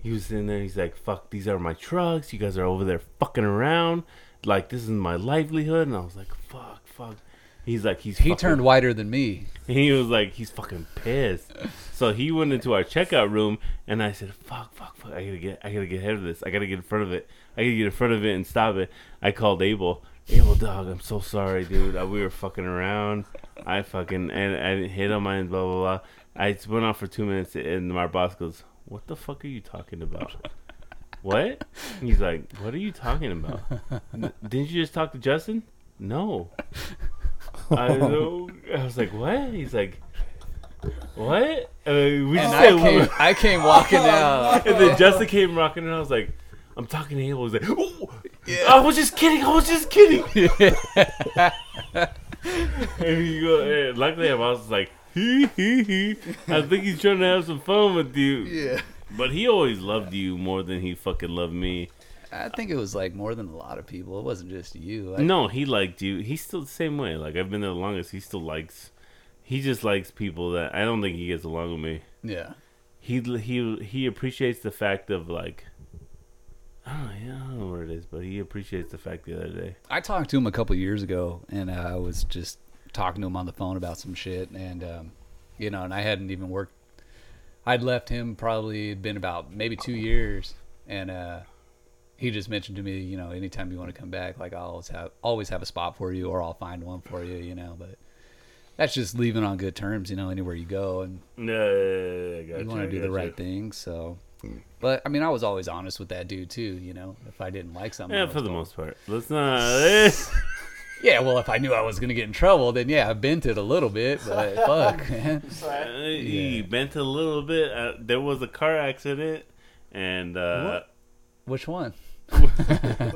Speaker 1: He was in there. He's like, fuck, these are my trucks. You guys are over there fucking around. Like, this is my livelihood. And I was like, fuck, fuck. He's like, he's
Speaker 2: He
Speaker 1: fucking-
Speaker 2: turned whiter than me.
Speaker 1: He was like, he's fucking pissed. So he went into our checkout room, and I said, fuck, fuck, fuck. I gotta get, I gotta get ahead of this. I gotta get in front of it. I gotta get in front of it and stop it. I called Abel. Abel, dog, I'm so sorry, dude. I, we were fucking around. I fucking and I didn't hit on mine. Blah blah blah. I just went off for two minutes, and my boss goes, "What the fuck are you talking about?" What? He's like, "What are you talking about? N- Didn't you just talk to Justin?" No. I,
Speaker 2: Oh.
Speaker 1: know- I was like, "What?" He's like, "What?" Uh, we just
Speaker 2: And
Speaker 1: said,
Speaker 2: I came, I came walking out.
Speaker 1: and then Justin came rocking, and I was like, "I'm talking to Abel." He's like, "Oh, I was just kidding. I was just kidding." and you go, and luckily, I was like, "Hee hee hee." I think he's trying to have some fun with you.
Speaker 2: Yeah.
Speaker 1: But he always loved you more than he fucking loved me.
Speaker 2: I think it was like more than a lot of people. It wasn't just you. I,
Speaker 1: No, he liked you. He's still the same way. Like I've been there the longest. He still likes. He just likes people that I don't think he gets along with me.
Speaker 2: Yeah.
Speaker 1: He he he appreciates the fact of like. I don't, know, yeah, I don't know what it is, but he appreciates the fact the other day.
Speaker 2: I talked to him a couple years ago, and I was just talking to him on the phone about some shit, and um, you know, and I hadn't even worked. I'd left him probably it'd been about maybe two years, and uh, he just mentioned to me, you know, anytime you want to come back, like I always have always have a spot for you, or I'll find one for you, you know. But that's just leaving on good terms, you know, anywhere you go, and
Speaker 1: Yeah, yeah, yeah, yeah, gotcha,
Speaker 2: you want to do the
Speaker 1: gotcha.
Speaker 2: right thing, so.
Speaker 1: Hmm.
Speaker 2: But I mean, I was always honest with that dude too. You know, if I didn't like something, I
Speaker 1: Yeah,
Speaker 2: was
Speaker 1: for the
Speaker 2: told.
Speaker 1: most part. Let's not. eh.
Speaker 2: Yeah, well, if I knew I was gonna get in trouble, then yeah, I bent it a little bit, but fuck, man.
Speaker 1: He bent a little bit. Uh, there was a car accident, and uh,
Speaker 2: Which one?
Speaker 4: uh,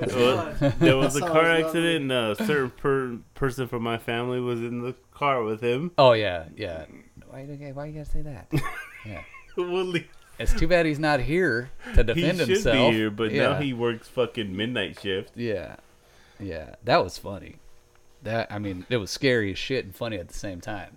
Speaker 1: Well, there was a
Speaker 4: Sounds
Speaker 1: car
Speaker 4: lovely.
Speaker 1: accident, and a certain per- person from my family was in the car with him.
Speaker 2: Oh yeah, yeah. Why, okay, why you gotta say that? Yeah,
Speaker 1: Well,
Speaker 2: it's too bad he's not here to
Speaker 1: he
Speaker 2: defend
Speaker 1: should
Speaker 2: himself.
Speaker 1: be here, but
Speaker 2: yeah.
Speaker 1: now he works fucking midnight shift.
Speaker 2: Yeah, yeah. That was funny. That I mean, it was scary as shit and funny at the same time.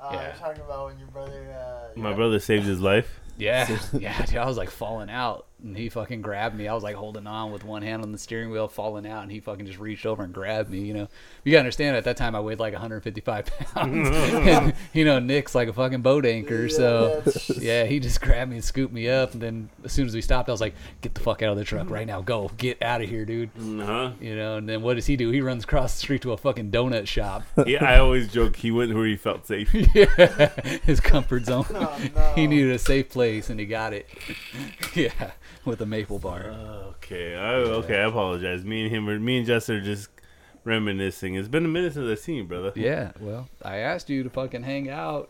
Speaker 4: Uh,
Speaker 2: Yeah.
Speaker 4: You're talking about when your brother. Uh,
Speaker 1: My brother saved his life.
Speaker 2: Yeah, yeah, dude. I was like falling out, and he fucking grabbed me. I was like holding on with one hand on the steering wheel, falling out, and he fucking just reached over and grabbed me. You know, you gotta understand. At that time, I weighed like 155 pounds. and, you know, Nick's like a fucking boat anchor, so yeah, he just grabbed me and scooped me up. And then as soon as we stopped, I was like, "Get the fuck out of the truck right now! Go get out of here, dude!"
Speaker 1: Uh-huh.
Speaker 2: You know. And then what does he do? He runs across the street to a fucking donut shop.
Speaker 1: Yeah, I always joke he went where he felt safe.
Speaker 2: yeah, his comfort zone.
Speaker 4: Oh, no.
Speaker 2: He needed a safe place and he got it. yeah, with a maple bar.
Speaker 1: Okay, I, okay, I apologize. Me and him, are, me and Justin are just reminiscing. It's been a minute since I've seen you, brother.
Speaker 2: Yeah, well, I asked you to fucking hang out.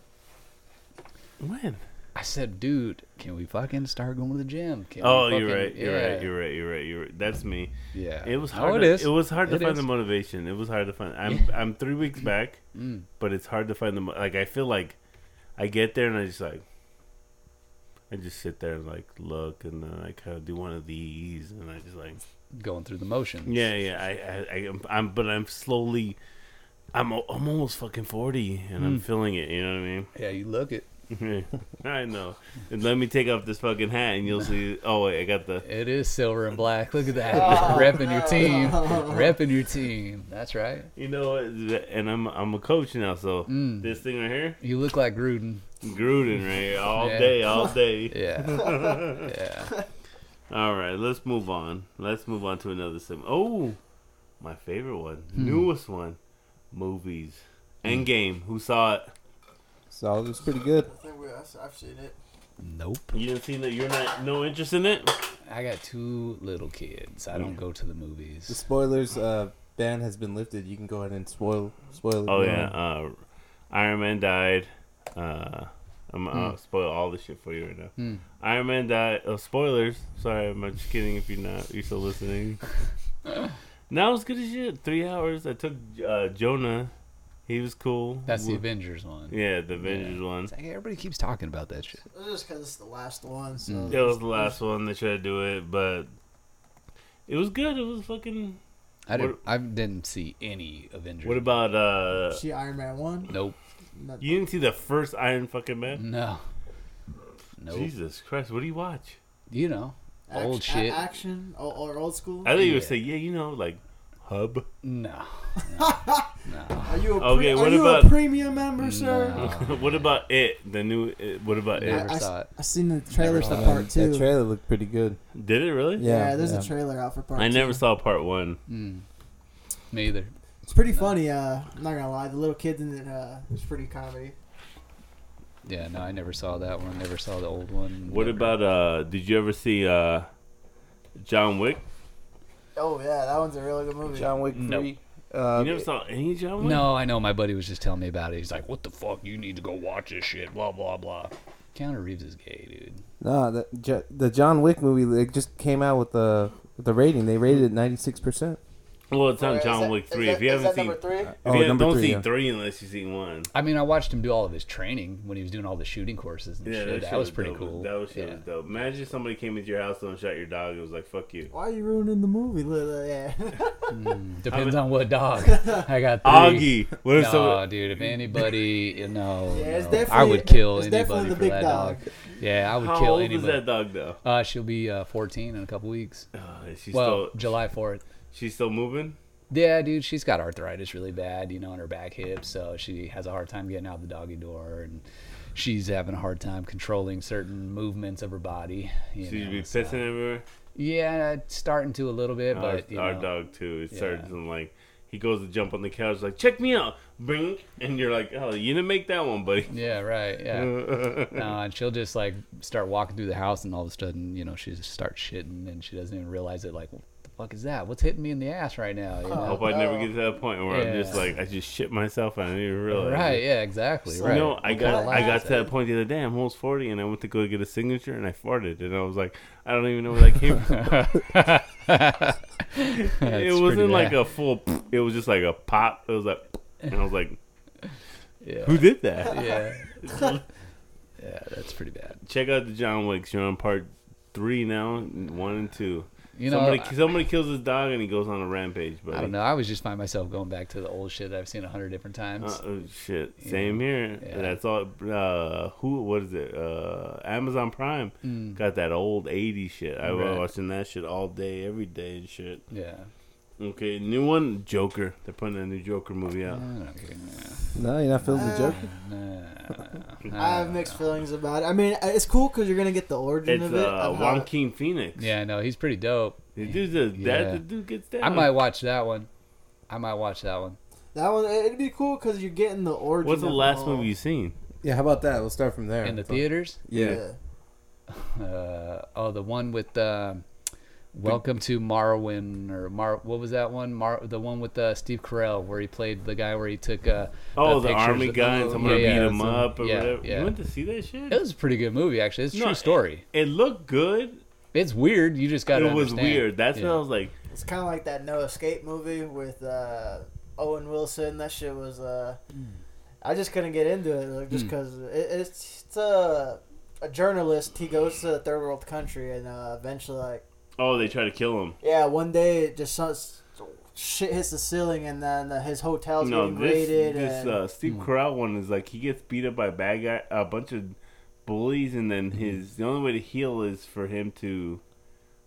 Speaker 1: When?
Speaker 2: I said, dude, can we fucking start going to the gym? Can we
Speaker 1: Oh, you're
Speaker 2: fucking-"
Speaker 1: right. You're
Speaker 2: yeah,
Speaker 1: right. You're right. You're right. You're right. That's me.
Speaker 2: Yeah.
Speaker 1: It was
Speaker 2: Oh,
Speaker 1: hard.
Speaker 2: it
Speaker 1: to,
Speaker 2: is.
Speaker 1: It was hard to
Speaker 2: It
Speaker 1: find
Speaker 2: is.
Speaker 1: the motivation. It was hard to find. I'm I'm three weeks back,
Speaker 2: Mm,
Speaker 1: but it's hard to find the mo- like. I feel like I get there and I just like I just sit there and like look and then I kind of do one of these and I just like
Speaker 2: Going through the motions.
Speaker 1: yeah yeah I I, I am I'm but I'm slowly I'm al- I'm almost fucking forty and I'm feeling it. You know what I mean?
Speaker 2: Yeah, you look it.
Speaker 1: I know. And let me take off this fucking hat and you'll see. Oh wait, I got the.
Speaker 2: It is silver and black. Look at that. Repping your team. Repping your team. That's right.
Speaker 1: You know, what? and I'm I'm a coach now, so this thing right here.
Speaker 2: You look like Gruden.
Speaker 1: Gruden, right? All
Speaker 2: Yeah.
Speaker 1: day, all day.
Speaker 2: Yeah. yeah.
Speaker 1: All right, let's move on. Let's move on to another segment. Oh, my favorite one,
Speaker 2: Hmm.
Speaker 1: newest one, movies. Endgame. Who saw it?
Speaker 5: So it was pretty good.
Speaker 4: I think we, I've seen it.
Speaker 2: Nope.
Speaker 1: You didn't see that? You're not no interest in it?
Speaker 2: I got two little kids. I don't go to the movies.
Speaker 5: The spoilers uh, ban has been lifted. You can go ahead and spoil spoil. it
Speaker 1: Oh
Speaker 5: now.
Speaker 1: yeah. Uh, Iron Man died. Uh, I'm I'll spoil all this shit for you right now.
Speaker 2: Hmm.
Speaker 1: Iron Man died. Oh, spoilers. Sorry, I'm just kidding. If you're not, you're still listening. now was good as shit. Three hours. I took uh, Jonah. He was cool.
Speaker 2: That's the
Speaker 1: Wo-
Speaker 2: Avengers one.
Speaker 1: Yeah, the Avengers one.
Speaker 2: It's like everybody keeps talking about that shit.
Speaker 4: It's just because it's the last one. So
Speaker 2: Mm.
Speaker 1: That was the last one. They tried to do it, but it was good. It was fucking.
Speaker 2: I didn't.
Speaker 1: What-
Speaker 2: I didn't see any Avengers.
Speaker 1: What about uh?
Speaker 4: See Iron Man one.
Speaker 2: Nope.
Speaker 4: Not-
Speaker 1: You didn't see the first Iron fucking Man?
Speaker 2: No. Nope.
Speaker 1: Jesus Christ! What do you watch?
Speaker 2: You know.
Speaker 4: act-
Speaker 2: Old
Speaker 4: a-
Speaker 2: shit.
Speaker 4: action or, or old school.
Speaker 1: I thought you would
Speaker 2: Yeah.
Speaker 1: say, yeah, you know, like Hub.
Speaker 2: No. No.
Speaker 4: Are you a pre-
Speaker 1: Okay, what
Speaker 4: are
Speaker 1: about-
Speaker 4: you a premium member, sir?
Speaker 2: No.
Speaker 5: Uh-huh.
Speaker 2: Oh,
Speaker 1: what about it? The new. It, what about
Speaker 2: Never
Speaker 1: it?
Speaker 4: I-
Speaker 2: saw it.
Speaker 4: I seen the trailer
Speaker 2: saw
Speaker 4: for
Speaker 2: it.
Speaker 5: Um,
Speaker 4: part two.
Speaker 5: That trailer looked pretty good.
Speaker 1: Did it really?
Speaker 4: yeah,
Speaker 5: Yeah,
Speaker 4: there's
Speaker 5: yeah.
Speaker 4: a trailer out for part
Speaker 1: I
Speaker 4: two.
Speaker 1: never saw part one.
Speaker 2: Mm. Me either.
Speaker 4: It's pretty funny. Uh, I'm not gonna lie, the little kids in it. Uh, it's pretty comedy.
Speaker 2: Yeah. No, I never saw that one. Never saw the old one.
Speaker 1: What
Speaker 2: Never.
Speaker 1: about uh? Did you ever see uh? John Wick.
Speaker 4: Oh yeah, that one's a really good movie.
Speaker 5: John Wick
Speaker 1: No.
Speaker 5: three. uh, Um,
Speaker 1: You never saw any John Wick?
Speaker 2: No, I know. My buddy was just telling me about it. He's like, "What the fuck? You need to go watch this shit." Blah blah blah. Keanu Reeves is gay, dude.
Speaker 5: No, the Jo- the John Wick movie it just came out with the with the rating. They rated it ninety six percent.
Speaker 1: Well, it's on John Wick three. if you haven't seen, if
Speaker 4: three?
Speaker 5: Oh,
Speaker 1: you ha-
Speaker 5: number
Speaker 1: don't
Speaker 5: three,
Speaker 1: see
Speaker 5: yeah.
Speaker 1: three unless you see one.
Speaker 2: I mean, I watched him do all of his training when he was doing all the shooting courses and
Speaker 1: Yeah,
Speaker 2: shit. That
Speaker 1: shit
Speaker 2: was pretty
Speaker 1: dope.
Speaker 2: cool.
Speaker 1: That was, shit
Speaker 2: yeah.
Speaker 1: was dope. Imagine somebody came into your house and shot your dog. It was like fuck you.
Speaker 4: Why are you ruining the movie? Look, uh, Yeah.
Speaker 2: Depends on what dog. I got three.
Speaker 1: Augie. What if
Speaker 2: No,
Speaker 1: someone?
Speaker 2: dude. If anybody, you know,
Speaker 4: Yeah, it's
Speaker 2: no,
Speaker 4: definitely-
Speaker 2: I would kill
Speaker 4: it's
Speaker 2: anybody
Speaker 4: definitely
Speaker 2: for
Speaker 4: the big
Speaker 2: that dog.
Speaker 4: dog.
Speaker 2: Yeah, I would
Speaker 1: How
Speaker 2: kill
Speaker 1: old is
Speaker 2: anybody.
Speaker 1: that dog though?
Speaker 2: Uh, she'll be uh, 14 in a couple weeks.
Speaker 1: Uh, is she
Speaker 2: well,
Speaker 1: still
Speaker 2: July 4th.
Speaker 1: she's still moving.
Speaker 2: Yeah, dude, she's got arthritis really bad, you know, in her back hip, so she has a hard time getting out the doggy door, and she's having a hard time controlling certain movements of her body. You
Speaker 1: She'd
Speaker 2: know,
Speaker 1: be
Speaker 2: so-
Speaker 1: pissing everywhere.
Speaker 2: Yeah, it's starting to a little bit,
Speaker 1: our,
Speaker 2: uh, but you
Speaker 1: our
Speaker 2: know,
Speaker 1: dog too. It
Speaker 2: Yeah.
Speaker 1: starts and like he goes to jump on the couch, like check me out, bring, and you're like, oh, you didn't make that one, buddy.
Speaker 2: yeah, right, yeah. no, and she'll just like start walking through the house, and all of a sudden, you know, she just starts shitting, and she doesn't even realize it. Like, what the fuck is that? What's hitting me in the ass right now? You
Speaker 1: I
Speaker 2: know?
Speaker 1: hope I never get to that point where I'm just
Speaker 2: Yeah.
Speaker 1: like, I just shit myself and I didn't even realize. it.
Speaker 2: right? Yeah, exactly.
Speaker 1: You
Speaker 2: Right.
Speaker 1: know, I got
Speaker 2: kinda
Speaker 1: I got
Speaker 2: laugh
Speaker 1: to that point the other day. I'm almost forty, and I went to go get a signature, and I farted, and I was like, I don't even know where that came from. it
Speaker 2: It's pretty
Speaker 1: wasn't like
Speaker 2: bad.
Speaker 1: a full. It was just like a pop. It was like, and I was like,
Speaker 2: yeah,
Speaker 1: who did that?
Speaker 2: yeah, yeah. That's pretty bad.
Speaker 1: Check out the John Wicks. You're on part three now, one and two.
Speaker 2: You know,
Speaker 1: somebody,
Speaker 2: I-
Speaker 1: somebody kills his dog and he goes on a rampage. But
Speaker 2: I don't know. I always just find myself going back to the old shit that I've seen a hundred different
Speaker 1: Uh,
Speaker 2: times.
Speaker 1: oh, shit, same here.
Speaker 2: Yeah.
Speaker 1: That's all. Uh, who? What is it? Uh, Amazon Prime
Speaker 2: Mm.
Speaker 1: got that old '80s shit. I was
Speaker 2: Right.
Speaker 1: watching that shit all day, every day, and shit.
Speaker 2: Yeah.
Speaker 1: Okay, new one, Joker. They're putting a new Joker movie out.
Speaker 4: Uh,
Speaker 2: I don't care.
Speaker 5: No, you're not
Speaker 2: Ah.
Speaker 5: feeling the joke.
Speaker 2: Nah, nah.
Speaker 1: Uh,
Speaker 4: I have mixed feelings about it. I mean, uh, it's cool because you're gonna get the origin
Speaker 1: It's
Speaker 4: of it.
Speaker 1: uh,
Speaker 4: of how-
Speaker 1: Joaquin Phoenix.
Speaker 2: Yeah, no, he's pretty dope.
Speaker 1: the dude, does
Speaker 2: Yeah.
Speaker 1: that the dude gets down.
Speaker 2: I might watch that one. I might watch that one.
Speaker 4: that one. It'd be cool because you're getting the origin.
Speaker 1: What's the
Speaker 4: of
Speaker 1: last
Speaker 4: whole-
Speaker 1: movie you seen?
Speaker 5: Yeah, how about that? We'll start from there.
Speaker 2: In the theaters,
Speaker 5: Yeah.
Speaker 2: uh, oh, the one with uh, "Welcome to Marwin" or Mar. What was that one? Mar, the one with uh, Steve Carell, where he played the guy where he took. Uh,
Speaker 1: Oh, the,
Speaker 2: pictures
Speaker 1: army
Speaker 2: of-
Speaker 1: guy and someone
Speaker 2: yeah, yeah,
Speaker 1: beat him
Speaker 5: that's
Speaker 1: up or
Speaker 2: yeah,
Speaker 1: whatever.
Speaker 2: yeah.
Speaker 1: You went to see that shit?
Speaker 2: It was a pretty good movie, actually. It's a
Speaker 1: No,
Speaker 2: true story.
Speaker 1: It looked good.
Speaker 2: It's weird. You just got to.
Speaker 1: it was weird. That's
Speaker 2: yeah.
Speaker 1: what I was like.
Speaker 4: It's kind of like that No Escape movie with uh, Owen Wilson. That shit was. Uh, I just couldn't get into it like, just because it, it's, it's a, a journalist. He goes to a third world country and uh, eventually, like,
Speaker 1: Oh, they try to kill him.
Speaker 4: yeah, one day it just some- shit hits the ceiling and then uh, his hotel's
Speaker 1: No,
Speaker 4: getting
Speaker 1: this
Speaker 4: raided.
Speaker 1: this
Speaker 4: and,
Speaker 1: uh,
Speaker 2: Hmm.
Speaker 1: Steve Carell one is like he gets beat up by a bad guy, a bunch of bullies, and
Speaker 2: Hmm.
Speaker 1: then his the only way to heal is for him to,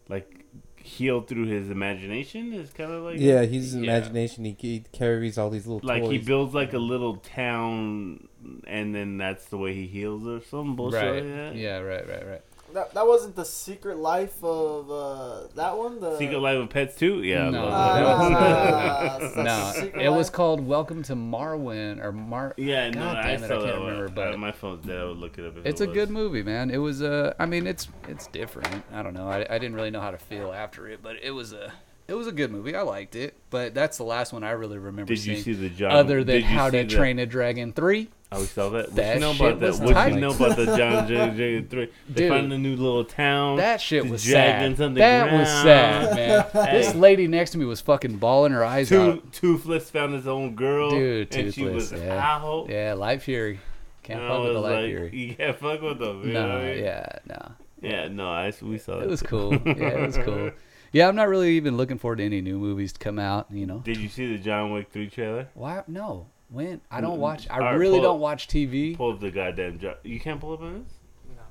Speaker 1: like, heal through his imagination. Is kind of like
Speaker 5: Yeah, he's his
Speaker 1: Yeah.
Speaker 5: imagination. He, he carries all these little
Speaker 1: like
Speaker 5: toys.
Speaker 1: he builds like a little town, and then that's the way he heals or some bullshit.
Speaker 2: Right.
Speaker 1: Like that.
Speaker 2: Yeah. Right. Right. Right.
Speaker 4: that, that wasn't the Secret Life of uh, that one. The
Speaker 1: Secret Life of Pets too. Yeah, I
Speaker 2: No.
Speaker 1: love that
Speaker 2: Uh,
Speaker 1: one.
Speaker 4: Ah,
Speaker 2: No,
Speaker 4: Secret
Speaker 2: it was
Speaker 4: Life.
Speaker 2: called Welcome to Marwin or Mar.
Speaker 1: Yeah, no,
Speaker 2: God
Speaker 1: I
Speaker 2: damn
Speaker 1: saw
Speaker 2: it, I
Speaker 1: that
Speaker 2: can't
Speaker 1: one.
Speaker 2: remember,
Speaker 1: Uh,
Speaker 2: but-
Speaker 1: my phone's dead. I would look it up. If
Speaker 2: It's
Speaker 1: it
Speaker 2: a
Speaker 1: was.
Speaker 2: good movie, man. It was uh, I mean, it's it's different. I don't know. I, I didn't really know how to feel after it, but it was a it was a good movie. I liked it, but that's the last one I really remember
Speaker 1: Did you
Speaker 2: seeing.
Speaker 1: see the John?
Speaker 2: other than
Speaker 1: did you
Speaker 2: How
Speaker 1: see
Speaker 2: to
Speaker 1: the-
Speaker 2: Train a Dragon Three.
Speaker 1: Oh, we saw that. What
Speaker 2: That
Speaker 1: you know
Speaker 2: shit
Speaker 1: about that?
Speaker 2: was
Speaker 1: What
Speaker 2: tight.
Speaker 1: you know about the John J. J. Three? They
Speaker 2: Dude.
Speaker 1: find a new little town.
Speaker 2: That shit
Speaker 1: The
Speaker 2: was
Speaker 1: dragons
Speaker 2: sad.
Speaker 1: on the
Speaker 2: that was sad, man. This
Speaker 1: Hey.
Speaker 2: lady next to me was fucking bawling her eyes
Speaker 1: Two,
Speaker 2: out.
Speaker 1: Toothless found his own girl,
Speaker 2: Dude,
Speaker 1: and she was
Speaker 2: Toothless, yeah.
Speaker 1: out.
Speaker 2: Yeah, Light Fury. Can't
Speaker 1: And I
Speaker 2: fuck with
Speaker 1: was
Speaker 2: the Light
Speaker 1: like,
Speaker 2: Fury.
Speaker 1: you can't fuck with them. You know what
Speaker 2: No,
Speaker 1: I mean?
Speaker 2: yeah, no.
Speaker 1: yeah, no, I we saw
Speaker 2: It was
Speaker 1: too.
Speaker 2: cool. Yeah, it was cool. Yeah, I'm not really even looking forward to any new movies to come out. You know,
Speaker 1: Did you see the John Wick three trailer?
Speaker 2: why? No, when I don't
Speaker 1: Mm,
Speaker 2: watch. I
Speaker 1: all right,
Speaker 2: really
Speaker 1: pull
Speaker 2: don't
Speaker 1: up.
Speaker 2: watch TV.
Speaker 1: Pull up the goddamn. John. You can't pull up on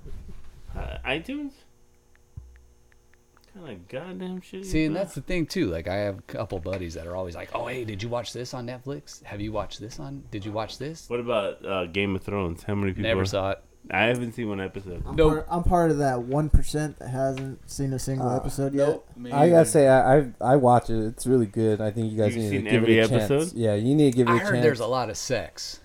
Speaker 1: this. Uh, iTunes. Kind of goddamn shit. is
Speaker 2: See, and
Speaker 1: that?
Speaker 2: that's the thing too. Like, I have a couple buddies that are always like, "Oh, hey, did you watch this on Netflix? Have you watched this on? Did you watch this?"
Speaker 1: What about uh, Game of Thrones? How many people?
Speaker 2: Never saw it.
Speaker 1: I haven't seen one episode.
Speaker 4: I'm,
Speaker 2: Nope.
Speaker 4: part, I'm part of that one percent that hasn't seen a single
Speaker 5: Uh,
Speaker 4: episode yet.
Speaker 2: Nope.
Speaker 5: I gotta say, I, I I watch it. It's really good. I think you guys
Speaker 1: You've
Speaker 5: need
Speaker 1: seen
Speaker 5: to give
Speaker 1: every
Speaker 5: it a chance.
Speaker 1: episode?
Speaker 5: Yeah, you need to give it
Speaker 2: I
Speaker 5: a
Speaker 2: heard
Speaker 5: chance.
Speaker 2: there's a lot of sex.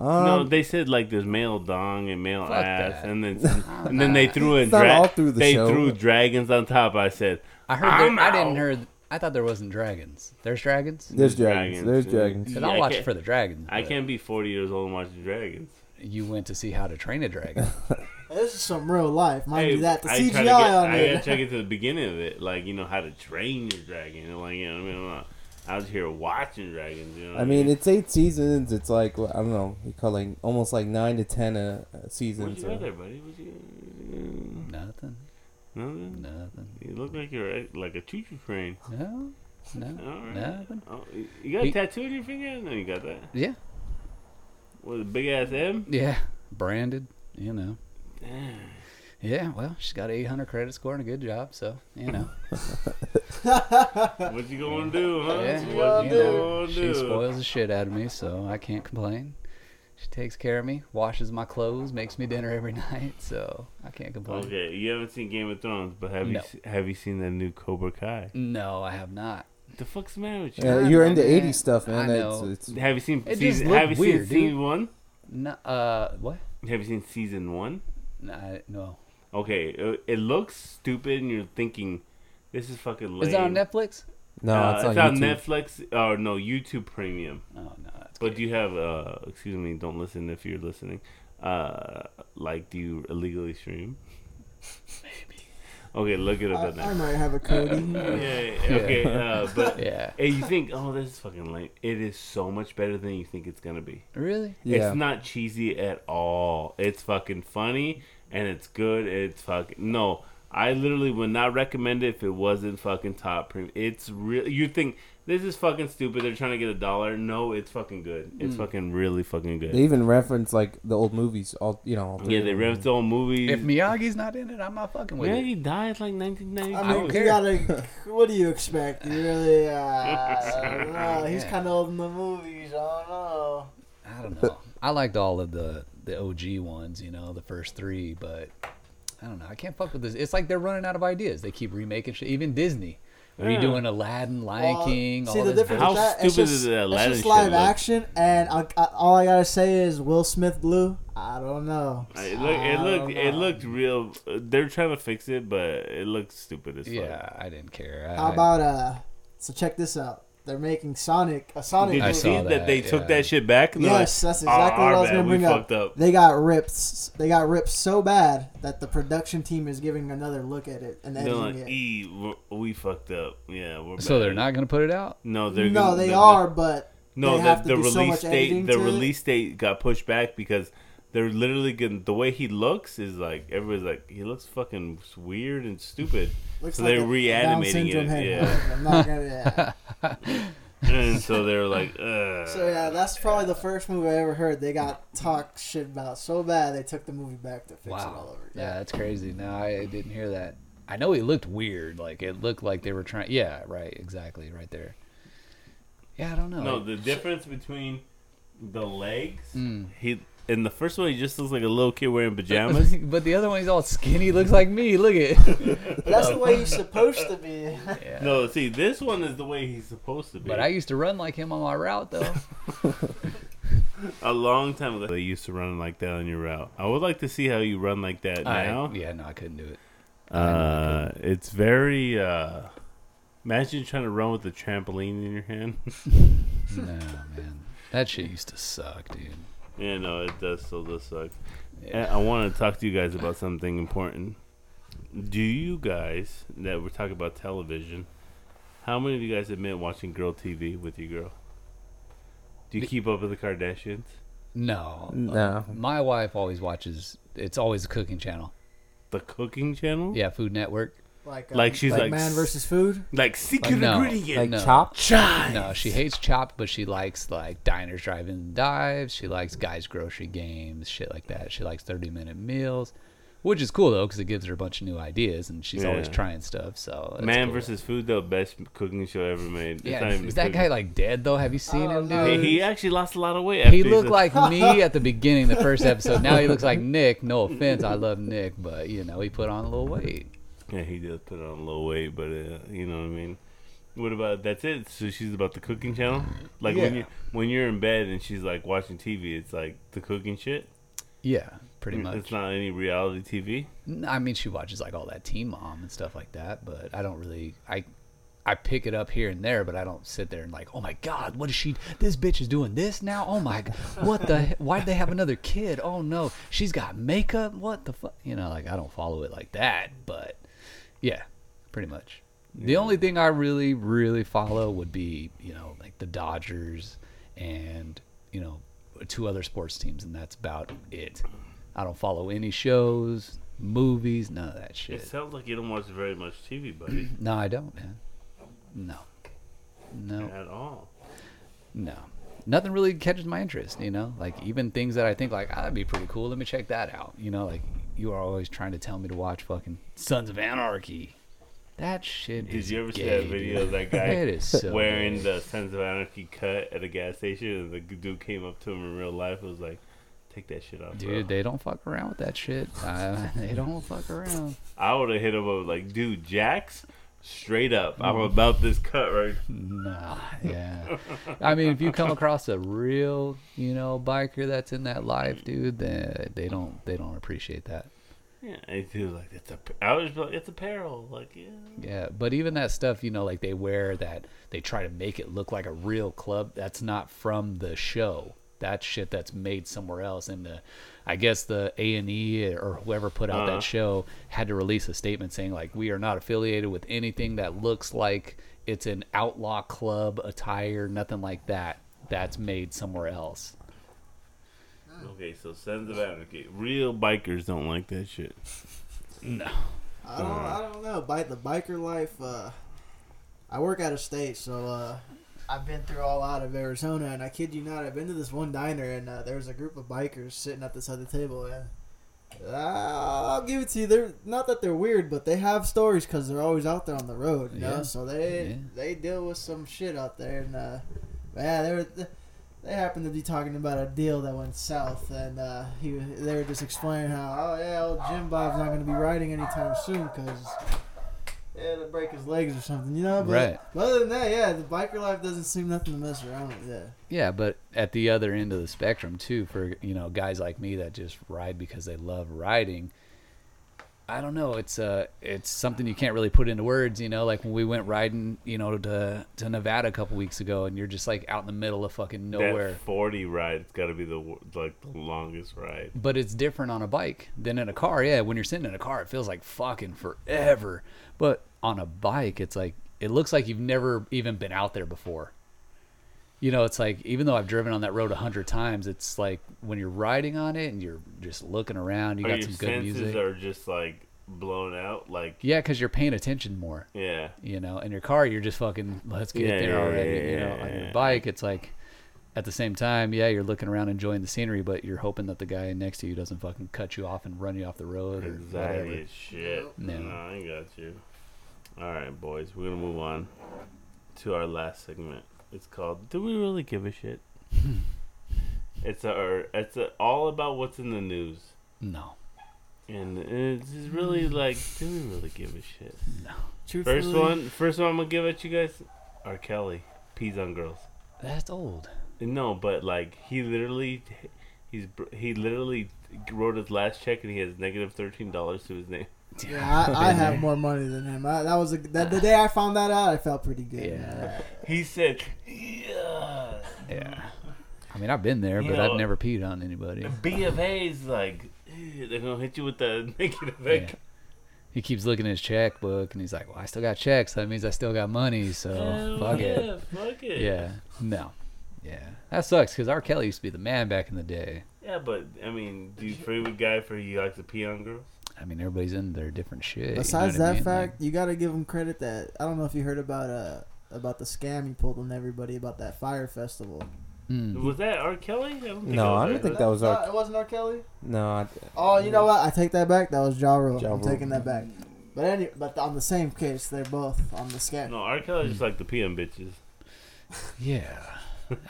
Speaker 5: um,
Speaker 1: no, they said like there's male dong and male
Speaker 2: Fuck
Speaker 1: ass,
Speaker 2: that.
Speaker 1: and then and then they threw in
Speaker 5: It's not all through the
Speaker 1: they
Speaker 5: show.
Speaker 1: threw dragons on top. I said
Speaker 2: I heard. There,
Speaker 1: I'm
Speaker 2: I didn't
Speaker 1: out.
Speaker 2: heard. I thought there wasn't dragons. There's dragons.
Speaker 5: there's
Speaker 1: dragons,
Speaker 5: dragons. There's
Speaker 1: yeah.
Speaker 5: dragons.
Speaker 2: Cause
Speaker 1: Yeah,
Speaker 2: I'll
Speaker 1: I
Speaker 2: watch
Speaker 1: can't-
Speaker 2: for the dragons.
Speaker 1: I
Speaker 2: but
Speaker 1: can't be 40 years old and watching dragons.
Speaker 2: You went to see How to Train a Dragon.
Speaker 4: This is some real life, mind
Speaker 1: Hey,
Speaker 4: you. That the
Speaker 1: I
Speaker 4: CGI
Speaker 1: try to get-
Speaker 4: on
Speaker 1: I gotta
Speaker 4: it.
Speaker 1: check it to the beginning of it, like you know how to train your dragon. and, Like you know, what I mean, I'm not out here watching dragons. You know, what
Speaker 5: I mean, it's eight seasons. It's like I don't know. You call like almost like nine to ten uh, a, a season.
Speaker 1: what you got
Speaker 5: So.
Speaker 1: there, buddy? What you?
Speaker 2: nothing.
Speaker 1: Nothing?
Speaker 2: Nothing.
Speaker 1: You look like you're at- like a choo-choo train.
Speaker 2: No. No.
Speaker 1: All right.
Speaker 2: Nothing.
Speaker 1: Oh, you- you got
Speaker 2: He-
Speaker 1: a tattoo on your finger? No, you got that.
Speaker 2: Yeah.
Speaker 1: With a big ass M?
Speaker 2: Yeah. Branded. You know. Yeah. Well, she's got 800 credit score and a good job, so you know.
Speaker 1: What you gonna do, huh?
Speaker 2: yeah.
Speaker 1: What
Speaker 2: You
Speaker 1: you
Speaker 4: gonna
Speaker 2: know
Speaker 1: gonna
Speaker 2: she
Speaker 1: do?
Speaker 2: spoils the shit out of me, so I can't complain. She takes care of me, washes my clothes, makes me dinner every night, so I can't complain.
Speaker 1: Okay, you haven't seen Game of Thrones, but have you
Speaker 2: No.
Speaker 1: se- have you seen that new Cobra Kai?
Speaker 2: No, I have not.
Speaker 1: The fuck's the matter with you?
Speaker 5: Yeah, you're into
Speaker 2: Yeah.
Speaker 5: '80s stuff, man.
Speaker 2: I
Speaker 5: That's
Speaker 2: know.
Speaker 5: it's,
Speaker 1: Have you seen
Speaker 2: It just
Speaker 1: season?
Speaker 2: looked
Speaker 1: Have you
Speaker 2: weird,
Speaker 1: seen season
Speaker 2: dude.
Speaker 1: one?
Speaker 2: No. Uh. What?
Speaker 1: Have you seen season one?
Speaker 2: No. I, no.
Speaker 1: Okay, it, it looks stupid, and you're thinking, "This is fucking lame."
Speaker 2: Is that on Netflix?
Speaker 5: no,
Speaker 1: Uh,
Speaker 5: it's,
Speaker 1: it's,
Speaker 5: on, YouTube.
Speaker 1: Netflix or no YouTube Premium.
Speaker 2: Oh no. That's
Speaker 1: But do you have? uh Excuse me, don't listen if you're listening. Uh Like, do you illegally stream? Maybe. Okay, look it
Speaker 4: I,
Speaker 1: up.
Speaker 4: I
Speaker 1: now.
Speaker 4: might have a Cody.
Speaker 1: Yeah, yeah, yeah, Okay, uh, but
Speaker 2: Yeah.
Speaker 1: And you think, oh, this is fucking lame. It is so much better than you think it's gonna be.
Speaker 2: Really?
Speaker 5: Yeah,
Speaker 1: It's not cheesy at all. It's fucking funny and it's good. It's fucking no. I literally would not recommend it if it wasn't fucking top premium. It's real. You think this is fucking stupid? They're trying to get a dollar. No, it's fucking good. It's
Speaker 2: Hmm.
Speaker 1: fucking really fucking good.
Speaker 5: they even reference like the old movies. All you know. All
Speaker 1: yeah, they ripped the whole movie.
Speaker 2: If Miyagi's not in it, I'm not fucking with
Speaker 1: yeah,
Speaker 2: it.
Speaker 1: he died like
Speaker 4: I
Speaker 1: 1992.
Speaker 4: mean, you
Speaker 2: care.
Speaker 4: gotta. What do you expect? You really? Uh, I don't know. He's
Speaker 2: Yeah.
Speaker 4: kind of old in the movies. I don't know.
Speaker 2: I don't know. I liked all of the the OG ones, you know, the first three, but I don't know. I can't fuck with this. It's like they're running out of ideas. They keep remaking shit. Even Disney
Speaker 1: Hmm.
Speaker 2: redoing Aladdin, Lion
Speaker 4: Well,
Speaker 2: King,
Speaker 4: See
Speaker 2: all
Speaker 4: the
Speaker 2: this.
Speaker 4: difference.
Speaker 2: bull-
Speaker 1: How
Speaker 4: with that,
Speaker 1: stupid
Speaker 4: it's
Speaker 1: is
Speaker 4: just,
Speaker 1: the Aladdin
Speaker 4: It's just
Speaker 1: shit
Speaker 4: live
Speaker 1: look?
Speaker 4: action, and I, I, all I gotta say is Will Smith blue. I don't know.
Speaker 1: I- It looked, it looked, it looked real. uh, They're trying to fix it, but it looks stupid as fuck.
Speaker 2: Yeah, I didn't care. I,
Speaker 4: How about uh? So check this out. They're making Sonic a Sonic
Speaker 1: Did
Speaker 2: I
Speaker 1: you
Speaker 4: movie.
Speaker 2: saw
Speaker 1: see that,
Speaker 2: that,
Speaker 1: they took
Speaker 2: yeah.
Speaker 1: that shit back? And they're
Speaker 4: Yes,
Speaker 1: like,
Speaker 4: that's exactly
Speaker 1: "Oh,
Speaker 4: what
Speaker 1: our
Speaker 4: I was
Speaker 1: bad,
Speaker 4: gonna
Speaker 1: we
Speaker 4: bring up.
Speaker 1: fucked up.
Speaker 4: They got ripped. s- They got ripped so bad that the production team is giving another look at it and
Speaker 1: They're
Speaker 4: editing
Speaker 1: like,
Speaker 4: it.
Speaker 1: "E, we're- we fucked up. Yeah, we're
Speaker 2: so
Speaker 1: bad."
Speaker 2: they're not gonna put it out?
Speaker 1: No, they're
Speaker 4: no,
Speaker 1: gonna-
Speaker 4: they
Speaker 1: they're-
Speaker 4: are, but
Speaker 1: No,
Speaker 4: they
Speaker 1: the,
Speaker 4: have to
Speaker 1: the
Speaker 4: do so
Speaker 1: release
Speaker 4: much
Speaker 1: date.
Speaker 4: editing
Speaker 1: The
Speaker 4: to it.
Speaker 1: release date got pushed back because they're literally gonna. The way he looks is like everybody's like he looks fucking weird and stupid.
Speaker 4: looks
Speaker 1: so
Speaker 4: like
Speaker 1: they're
Speaker 4: a
Speaker 1: reanimating
Speaker 4: Down syndrome
Speaker 1: it.
Speaker 4: head.
Speaker 1: Yeah,
Speaker 4: I'm not gonna- yeah.
Speaker 1: and so they're like, Ugh.
Speaker 4: So yeah, that's probably the first movie I ever heard. They got talked shit about so bad they took the movie back to fix it all over.
Speaker 2: Yeah, that's crazy. No, I didn't hear that. I know he looked weird. Like it looked like they were trying. Yeah, right. Exactly. Right there. Yeah, I don't know. Hmm.
Speaker 1: No, the difference between the legs. He in the first one, he just looks like a little kid wearing pajamas.
Speaker 2: but the other one, he's all skinny. Looks like me. Look at.
Speaker 4: That's the way you're supposed to be.
Speaker 2: Yeah.
Speaker 1: No, see, this one is the way he's supposed to be.
Speaker 2: But I used to run like him on my route though.
Speaker 1: a long time ago, they used to run like that on your route. I would like to see how you run like that
Speaker 2: I-
Speaker 1: now.
Speaker 2: yeah, no, I couldn't do it.
Speaker 1: Uh, it's very. Uh, imagine trying to run with a trampoline in your hand.
Speaker 2: No, man, that shit used to suck, dude.
Speaker 1: yeah, no, it does still does suck.
Speaker 2: Yeah.
Speaker 1: And I want to talk to you guys about something important. Do you guys that we're talking about television? How many of you guys admit watching girl TV with your girl? Do you
Speaker 2: Me-
Speaker 1: keep up with the Kardashians?
Speaker 2: No,
Speaker 5: No.
Speaker 2: My wife always watches. It's always a cooking channel.
Speaker 1: The cooking channel?
Speaker 2: Yeah, Food Network.
Speaker 4: Like, um,
Speaker 1: Like she's like
Speaker 4: man
Speaker 1: s-
Speaker 4: versus food.
Speaker 1: Like secret
Speaker 2: no.
Speaker 1: ingredient.
Speaker 5: Like
Speaker 2: No.
Speaker 5: chop.
Speaker 1: Chives.
Speaker 2: No, she hates Chopped, but she likes like Diners, Drive-In, and Dives. She likes Guys Grocery Games, shit like that. She likes 30-minute meals, which is cool though because it gives her a bunch of new ideas, and she's always
Speaker 1: Yeah.
Speaker 2: trying stuff. So that's
Speaker 1: Man
Speaker 2: cool.
Speaker 1: versus food, though, best cooking show ever made. It's
Speaker 2: yeah,
Speaker 1: not even
Speaker 2: is that
Speaker 1: cooking.
Speaker 2: guy like dead though? Have you seen
Speaker 4: Oh,
Speaker 2: him,
Speaker 4: no.
Speaker 1: Hey,
Speaker 2: dude?
Speaker 1: he actually lost a lot of weight.
Speaker 2: He
Speaker 1: after
Speaker 2: looked
Speaker 1: this-
Speaker 2: like me at the beginning, the first episode. Now he looks like Nick. No offense, I love Nick, but you know he put on a little weight.
Speaker 1: Yeah, he did put on a little weight, but uh, you know what I mean. What about that's it? So she's about the cooking channel. Like when
Speaker 2: Yeah.
Speaker 1: you when you're in bed and she's like watching TV, it's like the cooking shit.
Speaker 2: Yeah, pretty much.
Speaker 1: Mm, It's not any reality TV.
Speaker 2: N- I mean, she watches like all that Teen Mom and stuff like that, but I don't really. I I pick it up here and there, but I don't sit there and like, oh my god, what is she? This bitch is doing this now. Oh my, g- what the? he- Why'd they have another kid? Oh no, she's got makeup. What the fuck? You know, like I don't follow it like that, but yeah, pretty much. The only thing I really, really follow would be you know like the Dodgers and you know two other sports teams, and that's about it. I don't follow any shows, movies, none of that
Speaker 1: It
Speaker 2: shit.
Speaker 1: sounds like you don't watch very much TV, buddy,
Speaker 2: No, I don't, man. No, no,
Speaker 1: at all.
Speaker 2: no. Nothing really catches my interest, you know. Like even things that I think like ah, that'd be pretty cool. Let me check that out. You know, like you are always trying to tell me to watch fucking Sons of Anarchy. That shit.
Speaker 1: Did
Speaker 2: is
Speaker 1: you ever see
Speaker 2: gay,
Speaker 1: that video
Speaker 2: dude.
Speaker 1: of that guy
Speaker 2: It is so
Speaker 1: wearing
Speaker 2: gay.
Speaker 1: the Sons of Anarchy cut at a gas station, and the dude came up to him in real life and was like, "Take that shit off, bro."
Speaker 2: Dude, they don't fuck around with that shit. Uh, they don't fuck around.
Speaker 1: I would have hit him up like, dude, Jax, straight up, I'm
Speaker 2: Mm.
Speaker 1: about this cut right.
Speaker 2: Nah, yeah. I mean, if you come across a real, you know, biker that's in that life, dude, then they don't they don't appreciate that.
Speaker 1: Yeah, and he was like, it's a, I was like, it's apparel, like yeah.
Speaker 2: Yeah, but even that stuff, you know, like they wear that they try to make it look like a real club. That's not from the show. That's shit that's made somewhere else. And the, I guess the A and E or whoever put out
Speaker 1: Uh-huh.
Speaker 2: that show had to release a statement saying like we are not affiliated with anything that looks like it's an outlaw club attire, nothing like that. That's made somewhere else. Mm.
Speaker 1: Okay, so Sons of Anarchy, real bikers don't like that shit.
Speaker 4: I
Speaker 2: Uh,
Speaker 4: don't, I don't know. Bite the biker life. Uh, I work out of state, so uh, I've been through all out of Arizona, and I kid you not, I've been to this one diner, and uh, there was a group of bikers sitting at this other table, and uh, I'll give it to you. They're not that they're weird, but they have stories because they're always out there on the road. You
Speaker 2: Yeah.
Speaker 4: know? so they
Speaker 2: Yeah.
Speaker 4: they deal with some shit out there, and uh, yeah, they were. They happened to be talking about a deal that went south, and uh, he they were just explaining how, oh yeah, old Jim Bob's not going to be riding anytime soon because yeah, it'll break his legs or something, you know. But,
Speaker 2: Right.
Speaker 4: but other than that, yeah, the biker life doesn't seem nothing to mess around with. Yeah.
Speaker 2: Yeah, but at the other end of the spectrum too, for you know guys like me that just ride because they love riding. I don't know. It's uh, it's something you can't really put into words. You know, like when we went riding, you know, to to Nevada a couple weeks ago, and you're just like out in the middle of fucking nowhere.
Speaker 1: That forty ride's got to be the wo- like the longest ride.
Speaker 2: But it's different on a bike than in a car. Yeah, when you're sitting in a car, it feels like fucking forever. But on a bike, it's like it looks like you've never even been out there before. You know, it's like even though I've driven on that road a hundred times, it's like when you're riding on it and you're just looking around, you
Speaker 1: Or
Speaker 2: got
Speaker 1: Oh, your
Speaker 2: some good
Speaker 1: senses
Speaker 2: music.
Speaker 1: are just like blown out, like
Speaker 2: Yeah, because you're paying attention more.
Speaker 1: yeah.
Speaker 2: You know, in your car, you're just fucking let's get
Speaker 1: Yeah,
Speaker 2: there
Speaker 1: yeah,
Speaker 2: already.
Speaker 1: yeah,
Speaker 2: you
Speaker 1: yeah,
Speaker 2: know,
Speaker 1: yeah,
Speaker 2: on
Speaker 1: yeah.
Speaker 2: your bike, it's like at the same time, yeah, you're looking around enjoying the scenery, but you're hoping that the guy next to you doesn't fucking cut you off and run you off the road or
Speaker 1: Anxiety
Speaker 2: whatever.
Speaker 1: is shit.
Speaker 2: No.
Speaker 1: No, I got you. All right, boys, we're gonna move on to our last segment. It's called "Do We Really Give a Shit?" It's a, or it's a, all about what's in the news,
Speaker 2: No.
Speaker 1: and it's just really like, do we really give a shit?
Speaker 4: Truthfully,
Speaker 1: First one, first one I'm gonna give at you guys, R. Kelly, pees on girls.
Speaker 2: That's old.
Speaker 1: No, but like he literally, he's br- he literally wrote his last check and he has negative thirteen dollars to his name.
Speaker 4: Yeah, I, I have more money than him. I, that was a, that, the day I found that out. I felt pretty good.
Speaker 2: Yeah.
Speaker 1: He said, "Yeah,
Speaker 2: Yeah. I mean, I've been there, but
Speaker 1: You know-
Speaker 2: I've never peed on anybody.
Speaker 1: B of A's like they're gonna hit you with the negative."
Speaker 2: Yeah.
Speaker 1: Yeah.
Speaker 2: He keeps looking at his checkbook and he's like, well, I still got checks. That means I still got money. So Oh, fuck
Speaker 1: yeah,
Speaker 2: it.
Speaker 1: fuck it.
Speaker 2: Yeah. No. Yeah. That sucks because R. Kelly used to be the man back in the day.
Speaker 1: Yeah, but I mean, do you free with guy for he likes to pee on girls?
Speaker 2: I mean, everybody's in their different shit. you know
Speaker 4: Besides
Speaker 2: what I
Speaker 4: that
Speaker 2: mean? Like,
Speaker 4: fact, you got to give him credit that I don't know if you heard about uh about the scam he pulled on everybody about that fire festival.
Speaker 2: mm,
Speaker 1: Was that R. Kelly? I don't
Speaker 5: No,
Speaker 1: was
Speaker 5: I don't
Speaker 1: it.
Speaker 5: think that was our-
Speaker 4: Uh, it wasn't R. Kelly.
Speaker 5: No, I,
Speaker 4: Oh, you know what? I take that back. That was Ja Rule.
Speaker 5: Ja
Speaker 4: I'm
Speaker 5: Rule.
Speaker 4: taking that back. But any, but on the same case, they're both on the scam.
Speaker 1: No, R. Kelly
Speaker 2: Mm-hmm.
Speaker 1: just like the pee on bitches,
Speaker 2: yeah.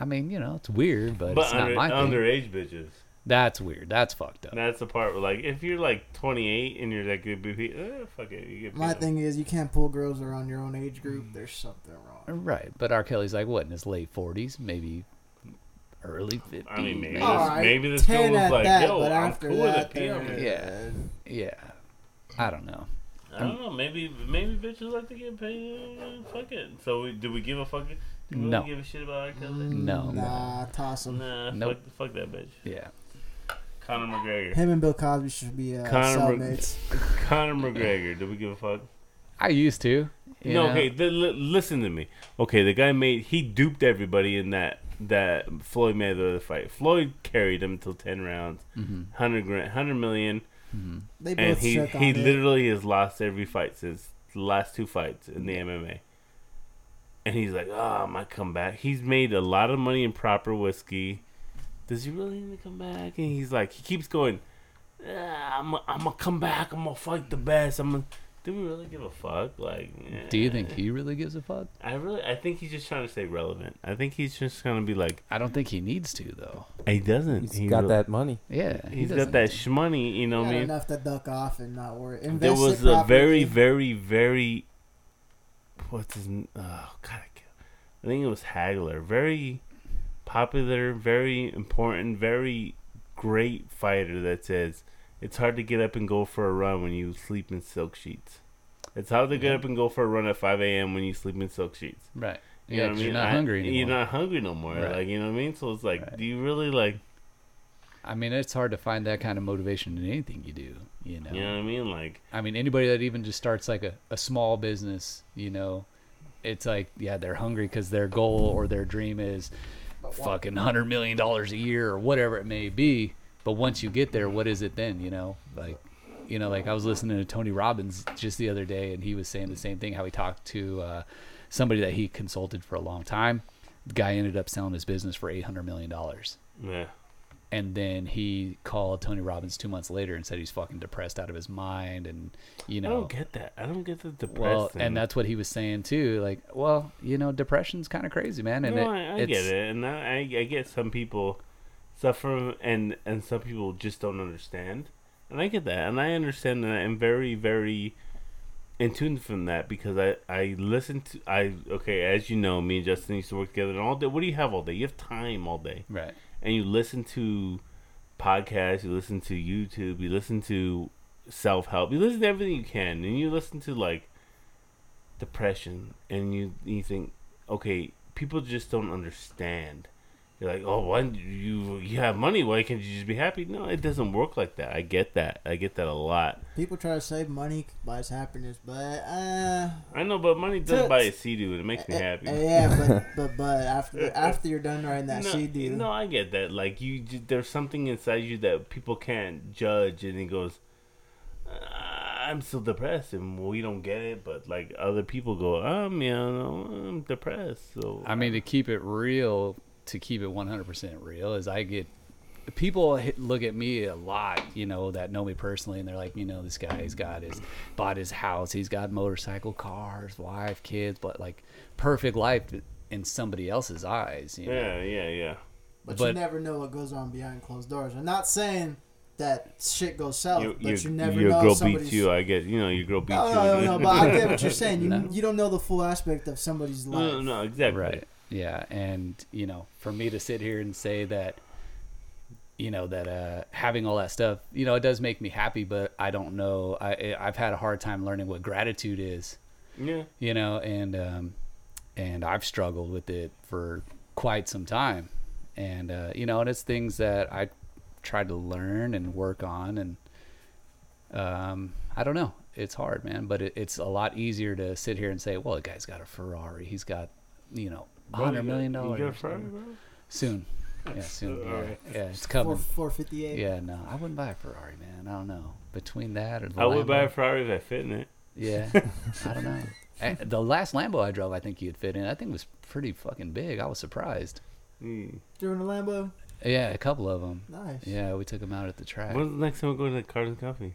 Speaker 2: I mean, you know, it's weird, but,
Speaker 1: but
Speaker 2: it's not
Speaker 1: under,
Speaker 2: my thing.
Speaker 1: underage bitches.
Speaker 2: That's weird. That's fucked up.
Speaker 1: That's the part where, like, if you're like 28 and you're that good BP, uh, fuck it, you get
Speaker 4: My
Speaker 1: peed on.
Speaker 4: thing is, you can't pull girls around your own age
Speaker 1: Mm.
Speaker 4: group. There's something wrong.
Speaker 2: Right, but R. Kelly's like what in his late forties, maybe early fifties.
Speaker 1: I mean, maybe this,
Speaker 4: All right,
Speaker 1: maybe this girl
Speaker 4: 10
Speaker 1: was
Speaker 4: at
Speaker 1: like,
Speaker 4: that,
Speaker 1: yo,
Speaker 4: but
Speaker 1: I'm
Speaker 4: after
Speaker 1: cool with a
Speaker 4: that,
Speaker 1: pee on
Speaker 4: they're-
Speaker 1: me.
Speaker 2: Yeah, yeah. I don't know.
Speaker 1: I don't know. Maybe maybe bitches like to get paid. uh, Fuck it. So we, do we give a fuck? Do we
Speaker 2: No.
Speaker 1: give a shit about R. Kelly?
Speaker 2: No, no.
Speaker 4: Nah, toss them.
Speaker 1: Nah,
Speaker 2: Nope.
Speaker 1: fuck, fuck that bitch.
Speaker 2: Yeah,
Speaker 1: Conor McGregor.
Speaker 4: Him and Bill Cosby should be uh,
Speaker 1: Conor Mc-
Speaker 4: cellmates.
Speaker 1: Conor McGregor. Do we give a fuck?
Speaker 2: I used to. you
Speaker 1: no,
Speaker 2: know?
Speaker 1: okay. The, li- listen to me. Okay, the guy made he duped everybody in that that Floyd Mayweather fight. Floyd carried him till ten rounds,
Speaker 2: Mhm.
Speaker 1: hundred grand, hundred million,
Speaker 2: Mm-hmm.
Speaker 4: They both
Speaker 1: and he
Speaker 4: shook on
Speaker 1: he
Speaker 4: it.
Speaker 1: literally has lost every fight since the last two fights in the MMA. And he's like, ah, my comeback. He's made a lot of money in proper whiskey. Does he really need to come back? And he's like, he keeps going. "Ah, I'm gonna come back. I'm gonna fight the best. I'm gonna. Do we really give a fuck? Like,
Speaker 2: Do you
Speaker 1: eh.
Speaker 2: think he really gives a fuck?
Speaker 1: I really, I think he's just trying to stay relevant. I think he's just gonna be like,
Speaker 2: I don't think he needs to though.
Speaker 1: he doesn't.
Speaker 5: he's
Speaker 1: he
Speaker 5: got
Speaker 1: re-
Speaker 5: that money.
Speaker 2: Yeah, he
Speaker 1: he's
Speaker 2: doesn't
Speaker 1: got that
Speaker 2: need to.
Speaker 1: shmoney. You know
Speaker 4: Got
Speaker 1: what I mean?
Speaker 4: enough to duck off and not worry. Invest
Speaker 1: There
Speaker 4: it
Speaker 1: was a
Speaker 4: properly.
Speaker 1: very, very, very. What's his? n- Oh God, I, can't- I think it was Hagler. Very popular, very important, very great fighter that says it's hard to get up and go for a run when you sleep in silk sheets. It's hard to get up and go for a run at 5 a.m. when you sleep in silk sheets.
Speaker 2: right.
Speaker 1: You
Speaker 2: Yeah,
Speaker 1: know what I
Speaker 2: 'cause
Speaker 1: mean?
Speaker 2: you're not
Speaker 1: I-
Speaker 2: hungry anymore.
Speaker 1: You're not hungry no more.
Speaker 2: Right.
Speaker 1: Like you know what I mean? So it's like,
Speaker 2: Right.
Speaker 1: do you really like?
Speaker 2: I mean, it's hard to find that kind of motivation in anything you do. You know.
Speaker 1: You know what I mean? Like,
Speaker 2: I mean, anybody that even just starts like a, a small business, you know, it's like, yeah, they're hungry because their goal or their dream is fucking $100 million a year or whatever it may be. But once you get there, what is it then, you know? Like, you know, like I was listening to Tony Robbins just the other day and he was saying the same thing how he talked to uh, somebody that he consulted for a long time. The guy ended up selling his business for $800 million.
Speaker 1: yeah,
Speaker 2: And then he called Tony Robbins two months later and said he's fucking depressed out of his mind and, you know.
Speaker 1: I don't get that. I don't get the depressed.
Speaker 2: Well,
Speaker 1: thing.
Speaker 2: and that's what he was saying too. Like, well, you know, depression's kind of crazy, man. And
Speaker 1: no,
Speaker 2: it,
Speaker 1: I, I
Speaker 2: it's,
Speaker 1: get it, and I, I I get some people suffer, and and some people just don't understand, and I get that, and I understand, and I'm very very in tune from that because I I listen to I okay as you know me and Justin used to work together and all day. What do you have all day? You have time all day.
Speaker 2: Right.
Speaker 1: and you listen to podcasts, you listen to YouTube, you listen to self help, you listen to everything you can, and you listen to like depression, and you you think, okay, people just don't understand. You're like, oh, why do you you have money? Why can't you just be happy? No, it doesn't work like that. I get that. I get that a lot.
Speaker 4: People try to save money buys happiness, but uh,
Speaker 1: I know, but money does buy a CD, and it makes me
Speaker 4: eh,
Speaker 1: happy.
Speaker 4: eh, yeah, but but but after after you're done writing that
Speaker 1: no,
Speaker 4: CD,
Speaker 1: No, I get that. Like you, j- there's something inside you that people can't judge, and it goes, "Uh, "I'm so depressed," and we don't get it. But like other people go, "Um, you know, I'm depressed." So
Speaker 2: I mean, to keep it real, to keep it 100% real, is I get people hit, look at me a lot, you know, that know me personally, and they're like, you know, this guy's got his bought his house, he's got motorcycle, cars, wife, kids, but like perfect life in somebody else's eyes. You know?
Speaker 1: yeah, yeah, yeah.
Speaker 4: But, you
Speaker 2: But-
Speaker 4: never know what goes on behind closed doors. I'm not saying that shit goes south,
Speaker 1: Your,
Speaker 4: Oh, but you
Speaker 1: your-
Speaker 4: never
Speaker 1: your
Speaker 4: know
Speaker 1: girl beats
Speaker 4: if somebody's.
Speaker 1: you. I guess you know your girl beats
Speaker 4: no,
Speaker 1: you.
Speaker 4: no, no, no, but I get what you're saying. You,
Speaker 2: No.
Speaker 4: you don't know the full aspect of somebody's life.
Speaker 1: no, no, exactly.
Speaker 2: Right. Yeah, and you know, for me to sit here and say that, you know, that uh, having all that stuff, you know, it does make me happy, but I don't know. I I- I've had a hard time learning what gratitude is,
Speaker 1: Yeah.
Speaker 2: you know, and um, and I've struggled with it for quite some time, and uh, you know, and it's things that I tried to learn and work on, and um, I don't know. It's hard, man, but it, it's a lot easier to sit here and say, well, the guy's got a Ferrari, he's got, you know. Hundred million dollars.
Speaker 1: You got a Ferrari, bro?
Speaker 2: Soon. Yeah, soon. Yeah,
Speaker 1: Alright.
Speaker 2: yeah it's
Speaker 4: Four,
Speaker 2: coming.
Speaker 4: 458.
Speaker 2: Yeah, no, I wouldn't buy a Ferrari, man. I don't know. Between that or the
Speaker 1: I would
Speaker 2: Lambo.
Speaker 1: buy a Ferrari if I fit in it.
Speaker 2: Yeah, I don't know. Eh, The last Lambo I drove, I think you'd fit in. That thing was pretty fucking big. I was surprised.
Speaker 1: Mm.
Speaker 4: During the Lambo.
Speaker 2: Yeah, a couple of them.
Speaker 4: Nice.
Speaker 2: Yeah, we took them out at the track.
Speaker 1: When's the next time we go to Cars and Coffee?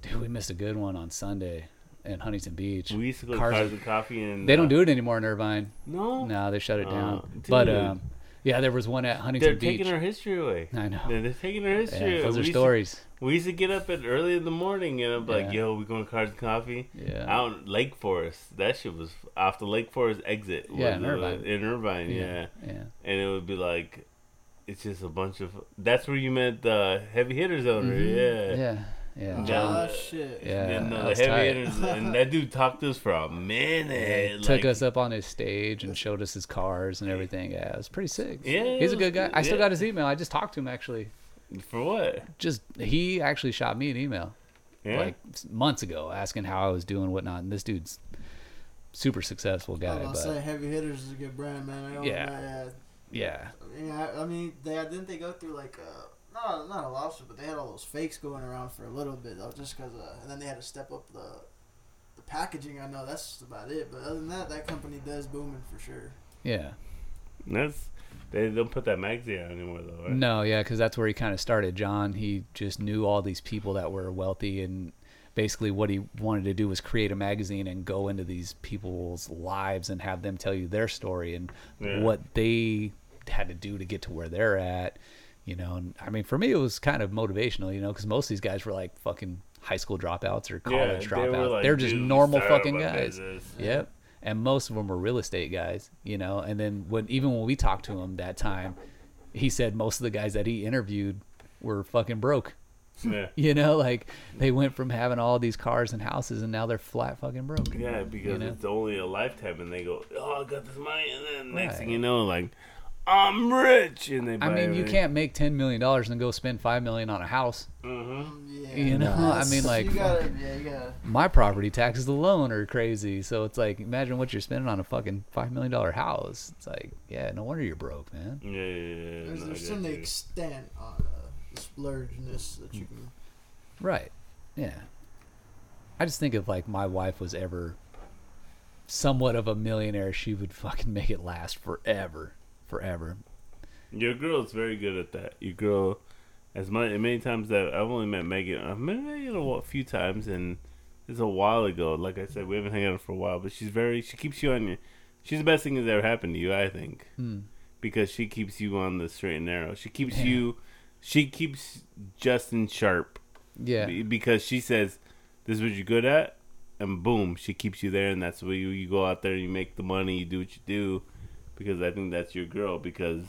Speaker 2: Dude, we missed a good one on Sunday in Huntington Beach.
Speaker 1: We used to go to
Speaker 2: Cars-
Speaker 1: Cars and Coffee and uh,
Speaker 2: they don't do it anymore in Irvine.
Speaker 1: No,
Speaker 2: No, they shut it
Speaker 1: Uh,
Speaker 2: down. but
Speaker 1: dude.
Speaker 2: um, yeah, there was one at
Speaker 1: they're
Speaker 2: Huntington
Speaker 1: taking
Speaker 2: Beach.
Speaker 1: our history away.
Speaker 2: I know.
Speaker 1: They're, they're taking our
Speaker 2: Yeah,
Speaker 1: history. away.
Speaker 2: those
Speaker 1: we
Speaker 2: are
Speaker 1: used to-
Speaker 2: stories.
Speaker 1: we used to get up at early in the morning and I'm like,
Speaker 2: Yeah.
Speaker 1: yo, we going to Cars and Coffee.
Speaker 2: Yeah.
Speaker 1: Out Lake Forest, that shit was off the Lake Forest exit. was,
Speaker 2: Yeah, in
Speaker 1: uh,
Speaker 2: Irvine.
Speaker 1: in Irvine, yeah.
Speaker 2: Yeah.
Speaker 1: and it would be like, it's just a bunch of. That's where you met the heavy hitters over,
Speaker 2: Yeah.
Speaker 1: yeah.
Speaker 2: Mm-hmm. Yeah. yeah.
Speaker 1: Yeah.
Speaker 4: Ah,
Speaker 1: Yeah.
Speaker 4: shit.
Speaker 2: Yeah,
Speaker 1: and then
Speaker 2: that
Speaker 1: the
Speaker 2: was
Speaker 1: heavy
Speaker 2: tight.
Speaker 1: hitters, and that dude talked to us for a
Speaker 2: Yeah,
Speaker 1: minute.
Speaker 2: he
Speaker 1: like,
Speaker 2: took us up on his stage and showed us his cars and everything. Yeah, it was pretty sick.
Speaker 1: Yeah, it
Speaker 2: he's a
Speaker 1: was
Speaker 2: good guy.
Speaker 1: good,
Speaker 2: I still
Speaker 1: yeah.
Speaker 2: got his email. I just talked to him actually.
Speaker 1: for what?
Speaker 2: Just he actually shot me an email
Speaker 1: Yeah,
Speaker 2: like s- months ago asking how I was doing whatnot. And this dude's super successful
Speaker 4: I
Speaker 2: guy,
Speaker 4: was
Speaker 2: but
Speaker 4: gonna say heavy hitters is a good brand, man. I don't
Speaker 2: Yeah.
Speaker 4: know,
Speaker 2: yeah,
Speaker 4: yeah. yeah. I- I mean, they didn't they go through like uh, not not a lawsuit, but they had all those fakes going around for a little bit though, just cause. Uh, and then they had to step up the the packaging. I know that's just about it, but other than that, that company does booming for sure.
Speaker 2: yeah,
Speaker 1: that's they don't put that magazine out anymore though. Right?
Speaker 2: no, yeah, because that's where he kind of started. John, he just knew all these people that were wealthy and. Basically, what he wanted to do was create a magazine and go into these people's lives and have them tell you their story and
Speaker 1: Yeah.
Speaker 2: what they had to do to get to where they're at, you know. And I mean, for me, it was kind of motivational, you know, because most of these guys were like fucking high school dropouts or
Speaker 1: they
Speaker 2: college
Speaker 1: were
Speaker 2: dropouts. They
Speaker 1: like,
Speaker 2: are just
Speaker 1: "Dude, we
Speaker 2: normal
Speaker 1: started
Speaker 2: fucking
Speaker 1: my
Speaker 2: guys.
Speaker 1: business."
Speaker 2: Yep. And most of them were real estate guys, you know. And then when even when we talked to him that time, he said most of the guys that he interviewed were fucking broke.
Speaker 1: Yeah.
Speaker 2: You know, like they went from having all these cars and houses, and now they're flat fucking broke.
Speaker 1: Yeah, because
Speaker 2: You know?
Speaker 1: it's only a lifetime, and they go, "Oh, I got this money," and then next thing
Speaker 2: Right.
Speaker 1: you know, like, I'm rich, and they. Buy
Speaker 2: I mean, you
Speaker 1: everything.
Speaker 2: can't make ten million dollars and go spend five million on a house.
Speaker 1: Mhm.
Speaker 4: Um, Yeah.
Speaker 2: You know, I mean, like,
Speaker 4: you gotta, yeah, you gotta.
Speaker 2: my property taxes alone are crazy. So it's like, imagine what you're spending on a fucking five million dollar house. It's like, yeah, no wonder you're broke, man.
Speaker 1: Yeah, yeah, yeah.
Speaker 4: There's,
Speaker 1: no, I
Speaker 4: there's
Speaker 1: got
Speaker 4: some
Speaker 1: you.
Speaker 4: extent on uh, the splurgeness that you can.
Speaker 2: Right. Yeah. I just think if like my wife was ever somewhat of a millionaire, she would fucking make it last forever, forever.
Speaker 1: Your girl's very good at that. Your girl, as many, many times that I've only met Megan, I've met Megan a wa- few times, and it's a while ago. Like I said, we haven't hung out for a while, but she's very, she keeps you on your, she's the best thing that's ever happened to you, I think. Because she keeps you on the straight and narrow. She keeps
Speaker 2: Hmm. Yeah.
Speaker 1: you, she keeps Justin sharp.
Speaker 2: Yeah.
Speaker 1: Be- Because she says, this is what you're good at, and boom, she keeps you there, and that's where you, you go out there, you make the money, you do what you do, because I think that's your girl, because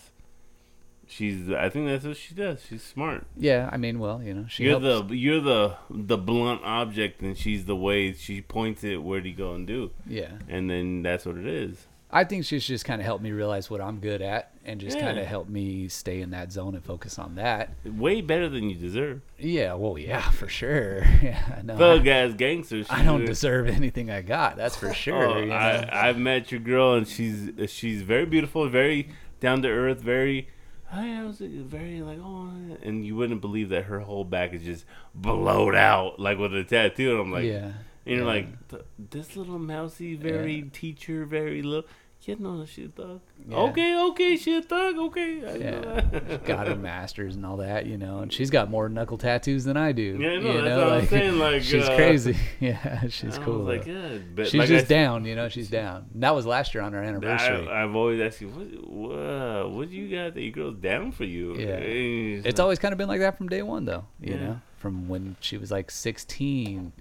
Speaker 1: she's, I think that's what she does. She's smart.
Speaker 2: Yeah. I mean, well, you know, she
Speaker 1: you're
Speaker 2: helps.
Speaker 1: the, you're the, the blunt object, and she's the way she points it where to go and do,
Speaker 2: yeah.
Speaker 1: and then that's what it is.
Speaker 2: I think she's just kind of helped me realize what I'm good at and just
Speaker 1: Yeah.
Speaker 2: kind of helped me stay in that zone and focus on that.
Speaker 1: Way better than you deserve.
Speaker 2: Yeah. Well, yeah, for sure. Yeah. No,
Speaker 1: Thug ass gangster.
Speaker 2: Uh-huh. I don't
Speaker 1: she's-
Speaker 2: deserve anything I got. That's for sure.
Speaker 1: Oh,
Speaker 2: you know?
Speaker 1: I, I've met your girl, and she's she's very beautiful, very down to earth, very. I was very like oh, and you wouldn't believe that her whole back is just blowed out like with a tattoo, and I'm like,
Speaker 2: yeah.
Speaker 1: and you're
Speaker 2: yeah.
Speaker 1: like, "Th- this little mousy, very teacher, very little. You didn't know that she a thug.
Speaker 2: Yeah.
Speaker 1: Okay, okay, she a thug. Okay, I didn't know
Speaker 2: Yeah.
Speaker 1: that.
Speaker 2: got her masters and all that, you know, and she's got more knuckle tattoos than I do.
Speaker 1: Yeah, I know,
Speaker 2: you
Speaker 1: that's what I'm saying, like,
Speaker 2: she's
Speaker 1: uh,
Speaker 2: crazy. Yeah, she's
Speaker 1: I
Speaker 2: cool.
Speaker 1: was like,
Speaker 2: though.
Speaker 1: yeah, but
Speaker 2: she's
Speaker 1: like I
Speaker 2: just
Speaker 1: s-
Speaker 2: down, you know. She's down. And that was last year on our anniversary.
Speaker 1: I, I've always asked you, what, what, what do you got that your girl's down for you?
Speaker 2: Yeah.
Speaker 1: And she's
Speaker 2: it's
Speaker 1: like,
Speaker 2: always kind of been like that from day one, though. You
Speaker 1: Yeah.
Speaker 2: know, from when she was like 16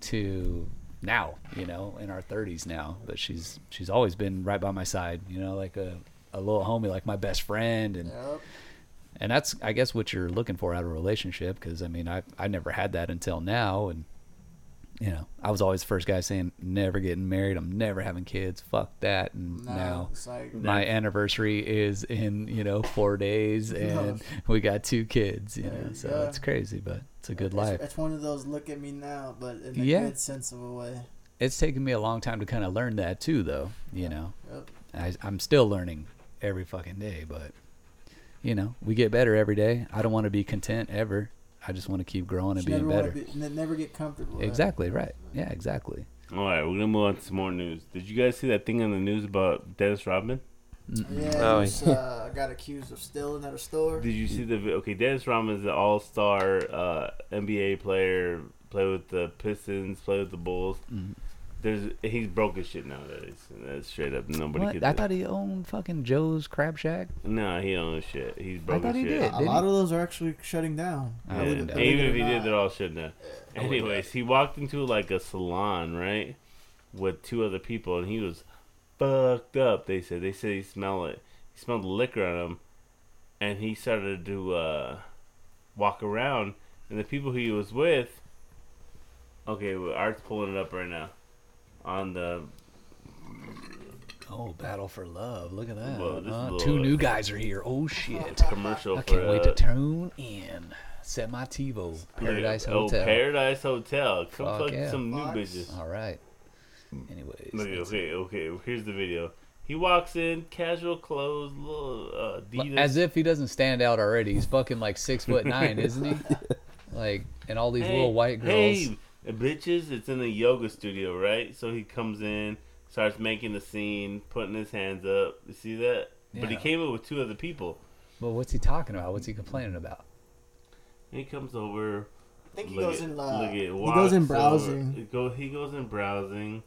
Speaker 2: to now, you know, in our 30s now. But she's she's always been right by my side, you know, like a a little homie, like my best friend, and
Speaker 4: Yep.
Speaker 2: and that's i guess what you're looking for out of a relationship because i mean I, I never had that until now and you know i was always the first guy saying never getting married i'm never having kids fuck that and
Speaker 4: No,
Speaker 2: now
Speaker 4: it's like
Speaker 2: my anniversary is in you know four days and we got two kids you know
Speaker 4: There you
Speaker 2: so
Speaker 4: go.
Speaker 2: it's crazy but it's a good
Speaker 4: it's,
Speaker 2: life
Speaker 4: It's one of those look at me now, but in a
Speaker 2: Yeah.
Speaker 4: good sense of a way.
Speaker 2: it's taken me a long time to kind of learn that too though you know
Speaker 4: Yep.
Speaker 2: I, i'm still learning every fucking day but you know we get better every day i don't want to be content ever i just want to keep growing and
Speaker 4: She never
Speaker 2: being
Speaker 4: wanna
Speaker 2: better
Speaker 4: be- ne- never get comfortable. with it.
Speaker 2: Exactly right. Yeah, exactly.
Speaker 1: All right, we're gonna move on to some more news. Did you guys see that thing on the news about Dennis Rodman?
Speaker 4: Yeah,
Speaker 3: Oh,
Speaker 4: he was, uh, got accused of stealing at a store.
Speaker 1: Did you see the vi- okay? Dennis Rodman is an all-star uh, NBA player. Played with the Pistons. Played with the Bulls.
Speaker 2: Mhm.
Speaker 1: There's he's broke as shit nowadays. That's straight up. Nobody
Speaker 2: what?
Speaker 1: could.
Speaker 2: I thought he owned fucking Joe's Crab Shack.
Speaker 1: no, he owns shit. He's broke as
Speaker 2: thought he
Speaker 1: shit.
Speaker 2: did.
Speaker 4: A lot of those are actually shutting down.
Speaker 2: I
Speaker 1: Yeah,
Speaker 2: wouldn't
Speaker 1: and
Speaker 2: doubt it.
Speaker 1: even if he
Speaker 4: Believe it or
Speaker 1: did,
Speaker 4: not.
Speaker 1: they're all shit now.
Speaker 2: wouldn't
Speaker 1: Anyways, he walked into like a salon, right, with two other people, and he was fucked up. They said they said he smelled it. He smelled liquor on him, and he started to uh, walk around, and the people he was with. Okay, well, Art's pulling it up right now, on the
Speaker 2: Oh, Battle for Love. Look at that.
Speaker 1: Whoa, this
Speaker 2: Uh,
Speaker 1: is
Speaker 2: two
Speaker 1: a-
Speaker 2: new guys are here. Oh shit.
Speaker 1: commercial
Speaker 2: I
Speaker 1: for
Speaker 2: can't wait
Speaker 1: uh,
Speaker 2: to tune in. Set my TiVo. Paradise
Speaker 1: oh,
Speaker 2: Hotel.
Speaker 1: Paradise Hotel. Come
Speaker 2: Fuck
Speaker 1: fuck
Speaker 2: yeah.
Speaker 1: some new
Speaker 4: Fox.
Speaker 1: bitches.
Speaker 2: All right. Anyways.
Speaker 1: Okay,
Speaker 2: that's-
Speaker 1: okay, okay. Here's the video. He walks in, casual clothes, little uh, Adidas.
Speaker 2: As if he doesn't stand out already. He's fucking like six foot nine, isn't he? Like, and all these little white girls.
Speaker 1: Hey, bitches! It's in a yoga studio, right? So he comes in, starts making the scene, putting his hands up. You see that? But he
Speaker 2: Yeah.
Speaker 1: came in with two other people.
Speaker 2: Well, what's he talking about? What's he complaining about?
Speaker 1: And he comes over.
Speaker 4: I think he
Speaker 1: look
Speaker 4: goes
Speaker 1: at-
Speaker 4: in.
Speaker 1: look
Speaker 4: Uh,
Speaker 1: at-
Speaker 4: he
Speaker 1: walks
Speaker 4: goes in
Speaker 1: over-
Speaker 4: browsing.
Speaker 1: he go, he goes in browsing.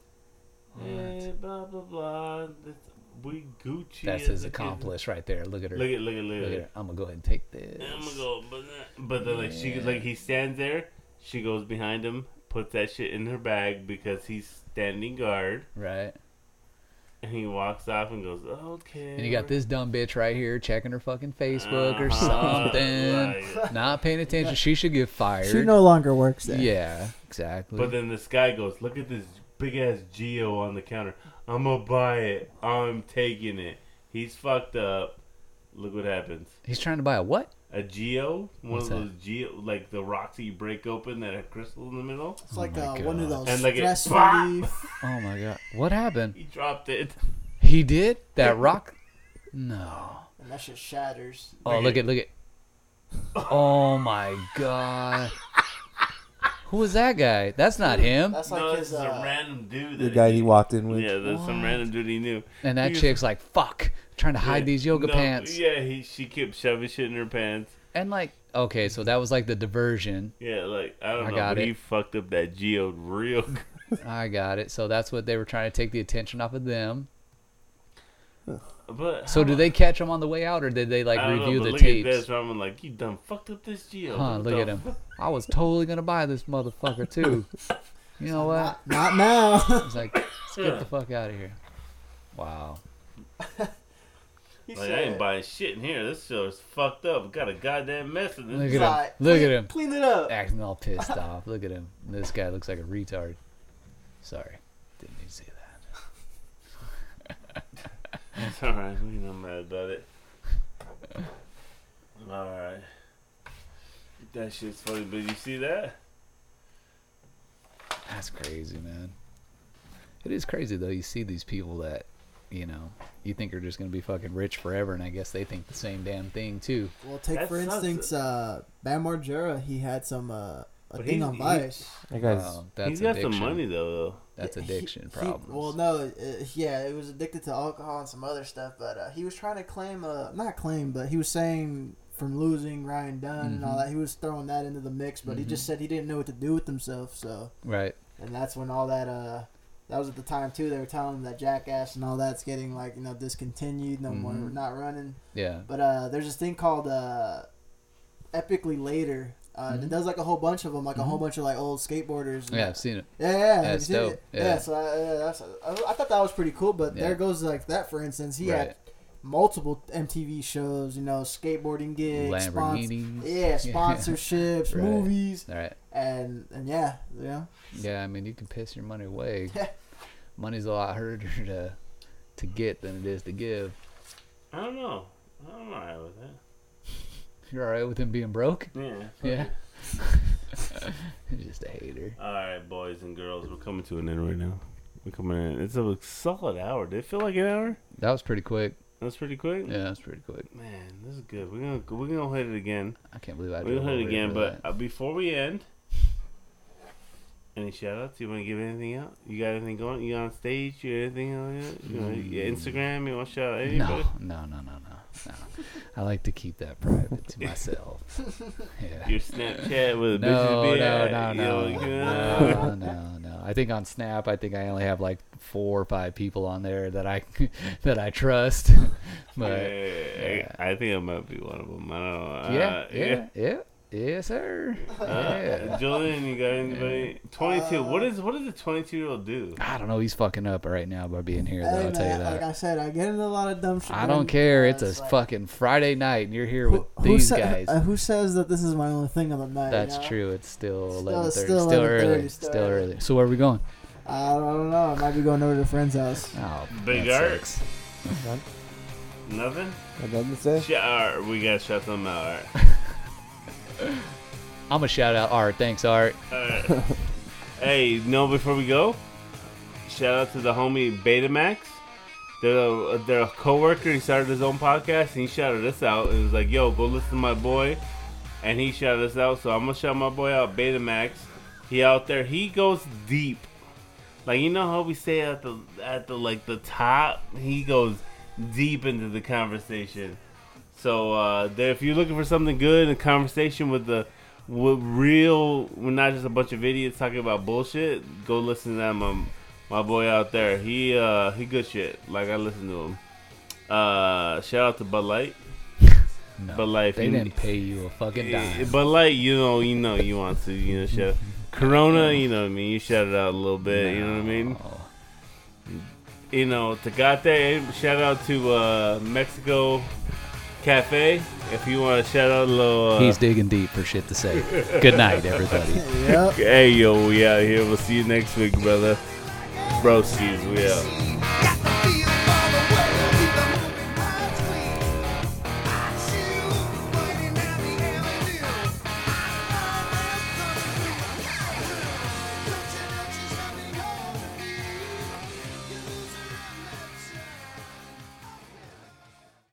Speaker 2: What?
Speaker 1: Eh, blah blah blah. That's- we Gucci.
Speaker 2: That's
Speaker 1: as
Speaker 2: his
Speaker 1: a kid.
Speaker 2: accomplice right there. Look at her.
Speaker 1: Look at look at look
Speaker 2: Look
Speaker 1: at.
Speaker 2: at her. I'm gonna go ahead and take this.
Speaker 1: I'm gonna go, but not- but then like she
Speaker 2: Yeah.
Speaker 1: like he stands there, she goes behind him, puts that shit in her bag because he's standing guard,
Speaker 2: Right.
Speaker 1: and he walks off and goes, okay.
Speaker 2: And you got this dumb bitch right here checking her fucking Facebook or
Speaker 1: Uh-huh,
Speaker 2: something.
Speaker 1: like-
Speaker 2: Not paying attention. She should get fired.
Speaker 4: She no longer works there.
Speaker 2: yeah, exactly.
Speaker 1: but then this guy goes, look at this big ass Geo on the counter. I'm gonna buy it. I'm taking it. He's fucked up. Look what happens.
Speaker 2: He's trying to buy a what?
Speaker 1: A Geo, one
Speaker 2: What's
Speaker 1: of
Speaker 2: that?
Speaker 1: those Geo, like the rocks that you break open that have crystal in the middle.
Speaker 4: It's like
Speaker 2: Oh my
Speaker 4: uh, one of
Speaker 2: God.
Speaker 4: those
Speaker 1: And like it-
Speaker 4: stress
Speaker 1: Bah!
Speaker 4: relief.
Speaker 2: Oh my god. What happened?
Speaker 1: He dropped it.
Speaker 2: He did? That rock? No.
Speaker 4: And that shit shatters.
Speaker 2: Oh look at look at Oh my god. Who was that guy? That's not him.
Speaker 4: That's like
Speaker 1: no, this
Speaker 4: his.
Speaker 1: is a
Speaker 4: Uh,
Speaker 1: random dude.
Speaker 5: The
Speaker 1: that-
Speaker 5: guy he walked in with.
Speaker 1: Yeah, there's some
Speaker 2: What?
Speaker 1: random dude he knew.
Speaker 2: And that
Speaker 1: He-
Speaker 2: chick's like, fuck, trying to hide
Speaker 1: Yeah.
Speaker 2: these yoga
Speaker 1: No,
Speaker 2: pants.
Speaker 1: Yeah, he she kept shoving shit in her pants.
Speaker 2: And like, okay, so that was like the diversion.
Speaker 1: Yeah, like I don't
Speaker 2: I
Speaker 1: know,
Speaker 2: got
Speaker 1: but he
Speaker 2: it.
Speaker 1: fucked up that geo real. good.
Speaker 2: I got it. So that's what they were trying to take the attention off of them.
Speaker 1: But
Speaker 2: So
Speaker 1: how-
Speaker 2: do they catch him on the way out, or did they like
Speaker 1: I don't know,
Speaker 2: review
Speaker 1: but
Speaker 2: the
Speaker 1: look
Speaker 2: tapes?
Speaker 1: At this, I'm like, you done fucked up this geo.
Speaker 2: Huh?
Speaker 1: What
Speaker 2: Look
Speaker 1: the
Speaker 2: at him.
Speaker 1: fuck?"
Speaker 2: I was totally gonna buy this motherfucker too. You know what?
Speaker 4: not now.
Speaker 2: It's like, let's get the fuck out of here. Wow.
Speaker 4: He
Speaker 1: Like I ain't
Speaker 4: said-
Speaker 1: buying shit in here. This show is fucked up. Got a goddamn mess in this.
Speaker 2: Look at
Speaker 4: He's
Speaker 2: him.
Speaker 4: like,
Speaker 2: Look at
Speaker 4: "Clean-
Speaker 2: him."
Speaker 4: Clean it up.
Speaker 2: Acting all pissed off. Look at him. This guy looks like a retard. Sorry, didn't mean to say that.
Speaker 1: It's all right. We not mad about it. All right. That shit's funny, but you see that?
Speaker 2: That's crazy, man. It is crazy though. You see these people that, you know, you think are just gonna be fucking rich forever, and I guess they think the same damn thing too.
Speaker 4: Well, take
Speaker 1: That
Speaker 4: for
Speaker 1: sucks.
Speaker 4: instance, uh, Bam Margera. He had some uh, a
Speaker 1: But
Speaker 4: thing
Speaker 1: he's-
Speaker 4: on
Speaker 1: he-
Speaker 4: Vice.
Speaker 5: That guy's
Speaker 2: Well, that's
Speaker 1: He's got
Speaker 2: addiction.
Speaker 1: some money though,
Speaker 2: That's
Speaker 4: He-
Speaker 2: addiction
Speaker 4: he-
Speaker 2: problems.
Speaker 4: well, no, uh, yeah, it was addicted to alcohol and some other stuff, but uh, he was trying to claim, uh, not claim, but he was saying from losing Ryan Dunn and all
Speaker 2: Mhm.
Speaker 4: that, he was throwing that into the mix, but he
Speaker 2: Mm-hmm.
Speaker 4: just said he didn't know what to do with himself, so,
Speaker 2: Right.
Speaker 4: and that's when all that, uh, that was at the time too. They were telling him that Jackass and all that's getting like you know discontinued, no more,
Speaker 2: Mhm.
Speaker 4: not running.
Speaker 2: Yeah.
Speaker 4: But uh, there's this thing called uh, Epically Later. Uh, and It
Speaker 2: Mhm.
Speaker 4: does like a whole bunch of them, like a
Speaker 2: Mm-hmm.
Speaker 4: whole bunch of like old skateboarders. and-
Speaker 2: Yeah, I've seen it.
Speaker 4: yeah, yeah,
Speaker 2: Yeah,
Speaker 4: have
Speaker 2: it's
Speaker 4: you seen
Speaker 2: dope.
Speaker 4: it?
Speaker 2: Yeah.
Speaker 4: Yeah, so I, yeah, that's, I, I thought that was pretty cool. But
Speaker 2: Yeah.
Speaker 4: there goes like that. For instance, he had
Speaker 2: Right.
Speaker 4: multiple MTV shows, you know, skateboarding gigs, spons-
Speaker 2: Lamborghinis.
Speaker 4: yeah, sponsorships,
Speaker 2: Right.
Speaker 4: movies,
Speaker 2: All right.
Speaker 4: and and yeah, yeah,
Speaker 2: Yeah, I mean, you can piss your money away.
Speaker 4: Yeah.
Speaker 2: Money's a lot harder to to get than it is to give.
Speaker 1: though. I don't know. I don't know how with that.
Speaker 2: You're all right with him being broke?
Speaker 1: Oh, Yeah.
Speaker 2: Yeah. He's just a hater.
Speaker 1: All right, boys and girls, we're coming to an end right now. We're coming in. It's a solid hour. Did it feel like an hour?
Speaker 2: That was pretty quick.
Speaker 1: That's pretty quick.
Speaker 2: Yeah, that's pretty quick.
Speaker 1: Man, this is good. We're gonna we're gonna hit it again.
Speaker 2: I can't believe I
Speaker 1: We're
Speaker 2: drove
Speaker 1: gonna hit it
Speaker 2: over
Speaker 1: again.
Speaker 2: for
Speaker 1: But
Speaker 2: that.
Speaker 1: uh, before we end, any shout outs? You want to give anything out? You got anything going? You on stage? You anything on that? You wanna- your Instagram? You want to shout out anybody?
Speaker 2: Mm. no, no, no, no, no, no. I like to keep that private to myself. Yeah.
Speaker 1: Your Snapchat with a bitch's
Speaker 2: No,
Speaker 1: beard?
Speaker 2: no, no,
Speaker 1: you know,
Speaker 2: no,
Speaker 1: you know?
Speaker 2: no, no, no. I think on Snap, I think I only have like four or five people on there that I that I trust. But
Speaker 1: Yeah,
Speaker 2: yeah.
Speaker 1: I, I think I might be one of them. I don't know.
Speaker 2: yeah,
Speaker 1: Uh,
Speaker 2: yeah, yeah, yes, sir.
Speaker 1: Uh,
Speaker 2: Yeah.
Speaker 1: Julian, you got anybody? Twenty-two.
Speaker 4: Uh,
Speaker 1: what is what does a twenty-two-year-old do?
Speaker 2: I don't know. He's fucking up right now by being here, though.
Speaker 4: Hey,
Speaker 2: I'll tell you
Speaker 4: man, uh, like
Speaker 2: that.
Speaker 4: I said, I get into a lot of dumb shit.
Speaker 2: I
Speaker 4: but
Speaker 2: don't care.
Speaker 4: uh,
Speaker 2: It's a
Speaker 4: like,
Speaker 2: fucking Friday night, and you're here with
Speaker 4: who- who
Speaker 2: these
Speaker 4: sa-
Speaker 2: guys.
Speaker 4: uh, who says that this is my only thing of the night? you
Speaker 2: That's
Speaker 4: know?
Speaker 2: true. It's still
Speaker 4: Still-
Speaker 2: eleven thirty.
Speaker 4: still
Speaker 2: Still,
Speaker 4: 11:30,
Speaker 2: early.
Speaker 4: still
Speaker 2: Still
Speaker 4: early.
Speaker 2: early. So where are we going?
Speaker 4: I don't know. I might be going over to a friend's house.
Speaker 2: Oh,
Speaker 1: Big
Speaker 2: that
Speaker 1: Art?
Speaker 2: sucks.
Speaker 1: Nothing.
Speaker 5: that doesn't say.
Speaker 1: Sh- all right, we gotta shut them out. All right.
Speaker 2: I'm gonna shout out Art. Thanks, Art.
Speaker 1: Alright. hey, no, before we go, shout out to the homie Betamax. They're a, they're a coworker. He started his own podcast and he shouted us out and was like, yo, go listen to my boy. And he shouted us out. So I'm going to shout my boy out, Betamax. He out there. He goes deep. Like, you know how we say at the, at the, like, the top? He goes deep into the conversation. So uh, there, if you're looking for something good, a conversation with the with real, we're not just a bunch of idiots talking about bullshit. Go listen to that, my, my boy out there. He uh, he good shit. Like I listen to him. Uh, shout out to Bud Light.
Speaker 2: No,
Speaker 1: Bud Light. if
Speaker 2: they
Speaker 1: you-
Speaker 2: didn't pay you a fucking
Speaker 1: Eh,
Speaker 2: dime.
Speaker 1: Bud Light, you know, you know, you want to, you know, shout. Corona, you know what I mean. You shout it out a little bit. You know what I mean.
Speaker 2: No.
Speaker 1: You know, Tecate. Shout out to uh, Mexico Cafe. If you want to shout out a little. Uh,
Speaker 2: He's digging deep for shit to say. Good night, everybody.
Speaker 4: Yep.
Speaker 1: Hey, yo, we out here. We'll see you next week, brother. Bro, we out.
Speaker 6: Thank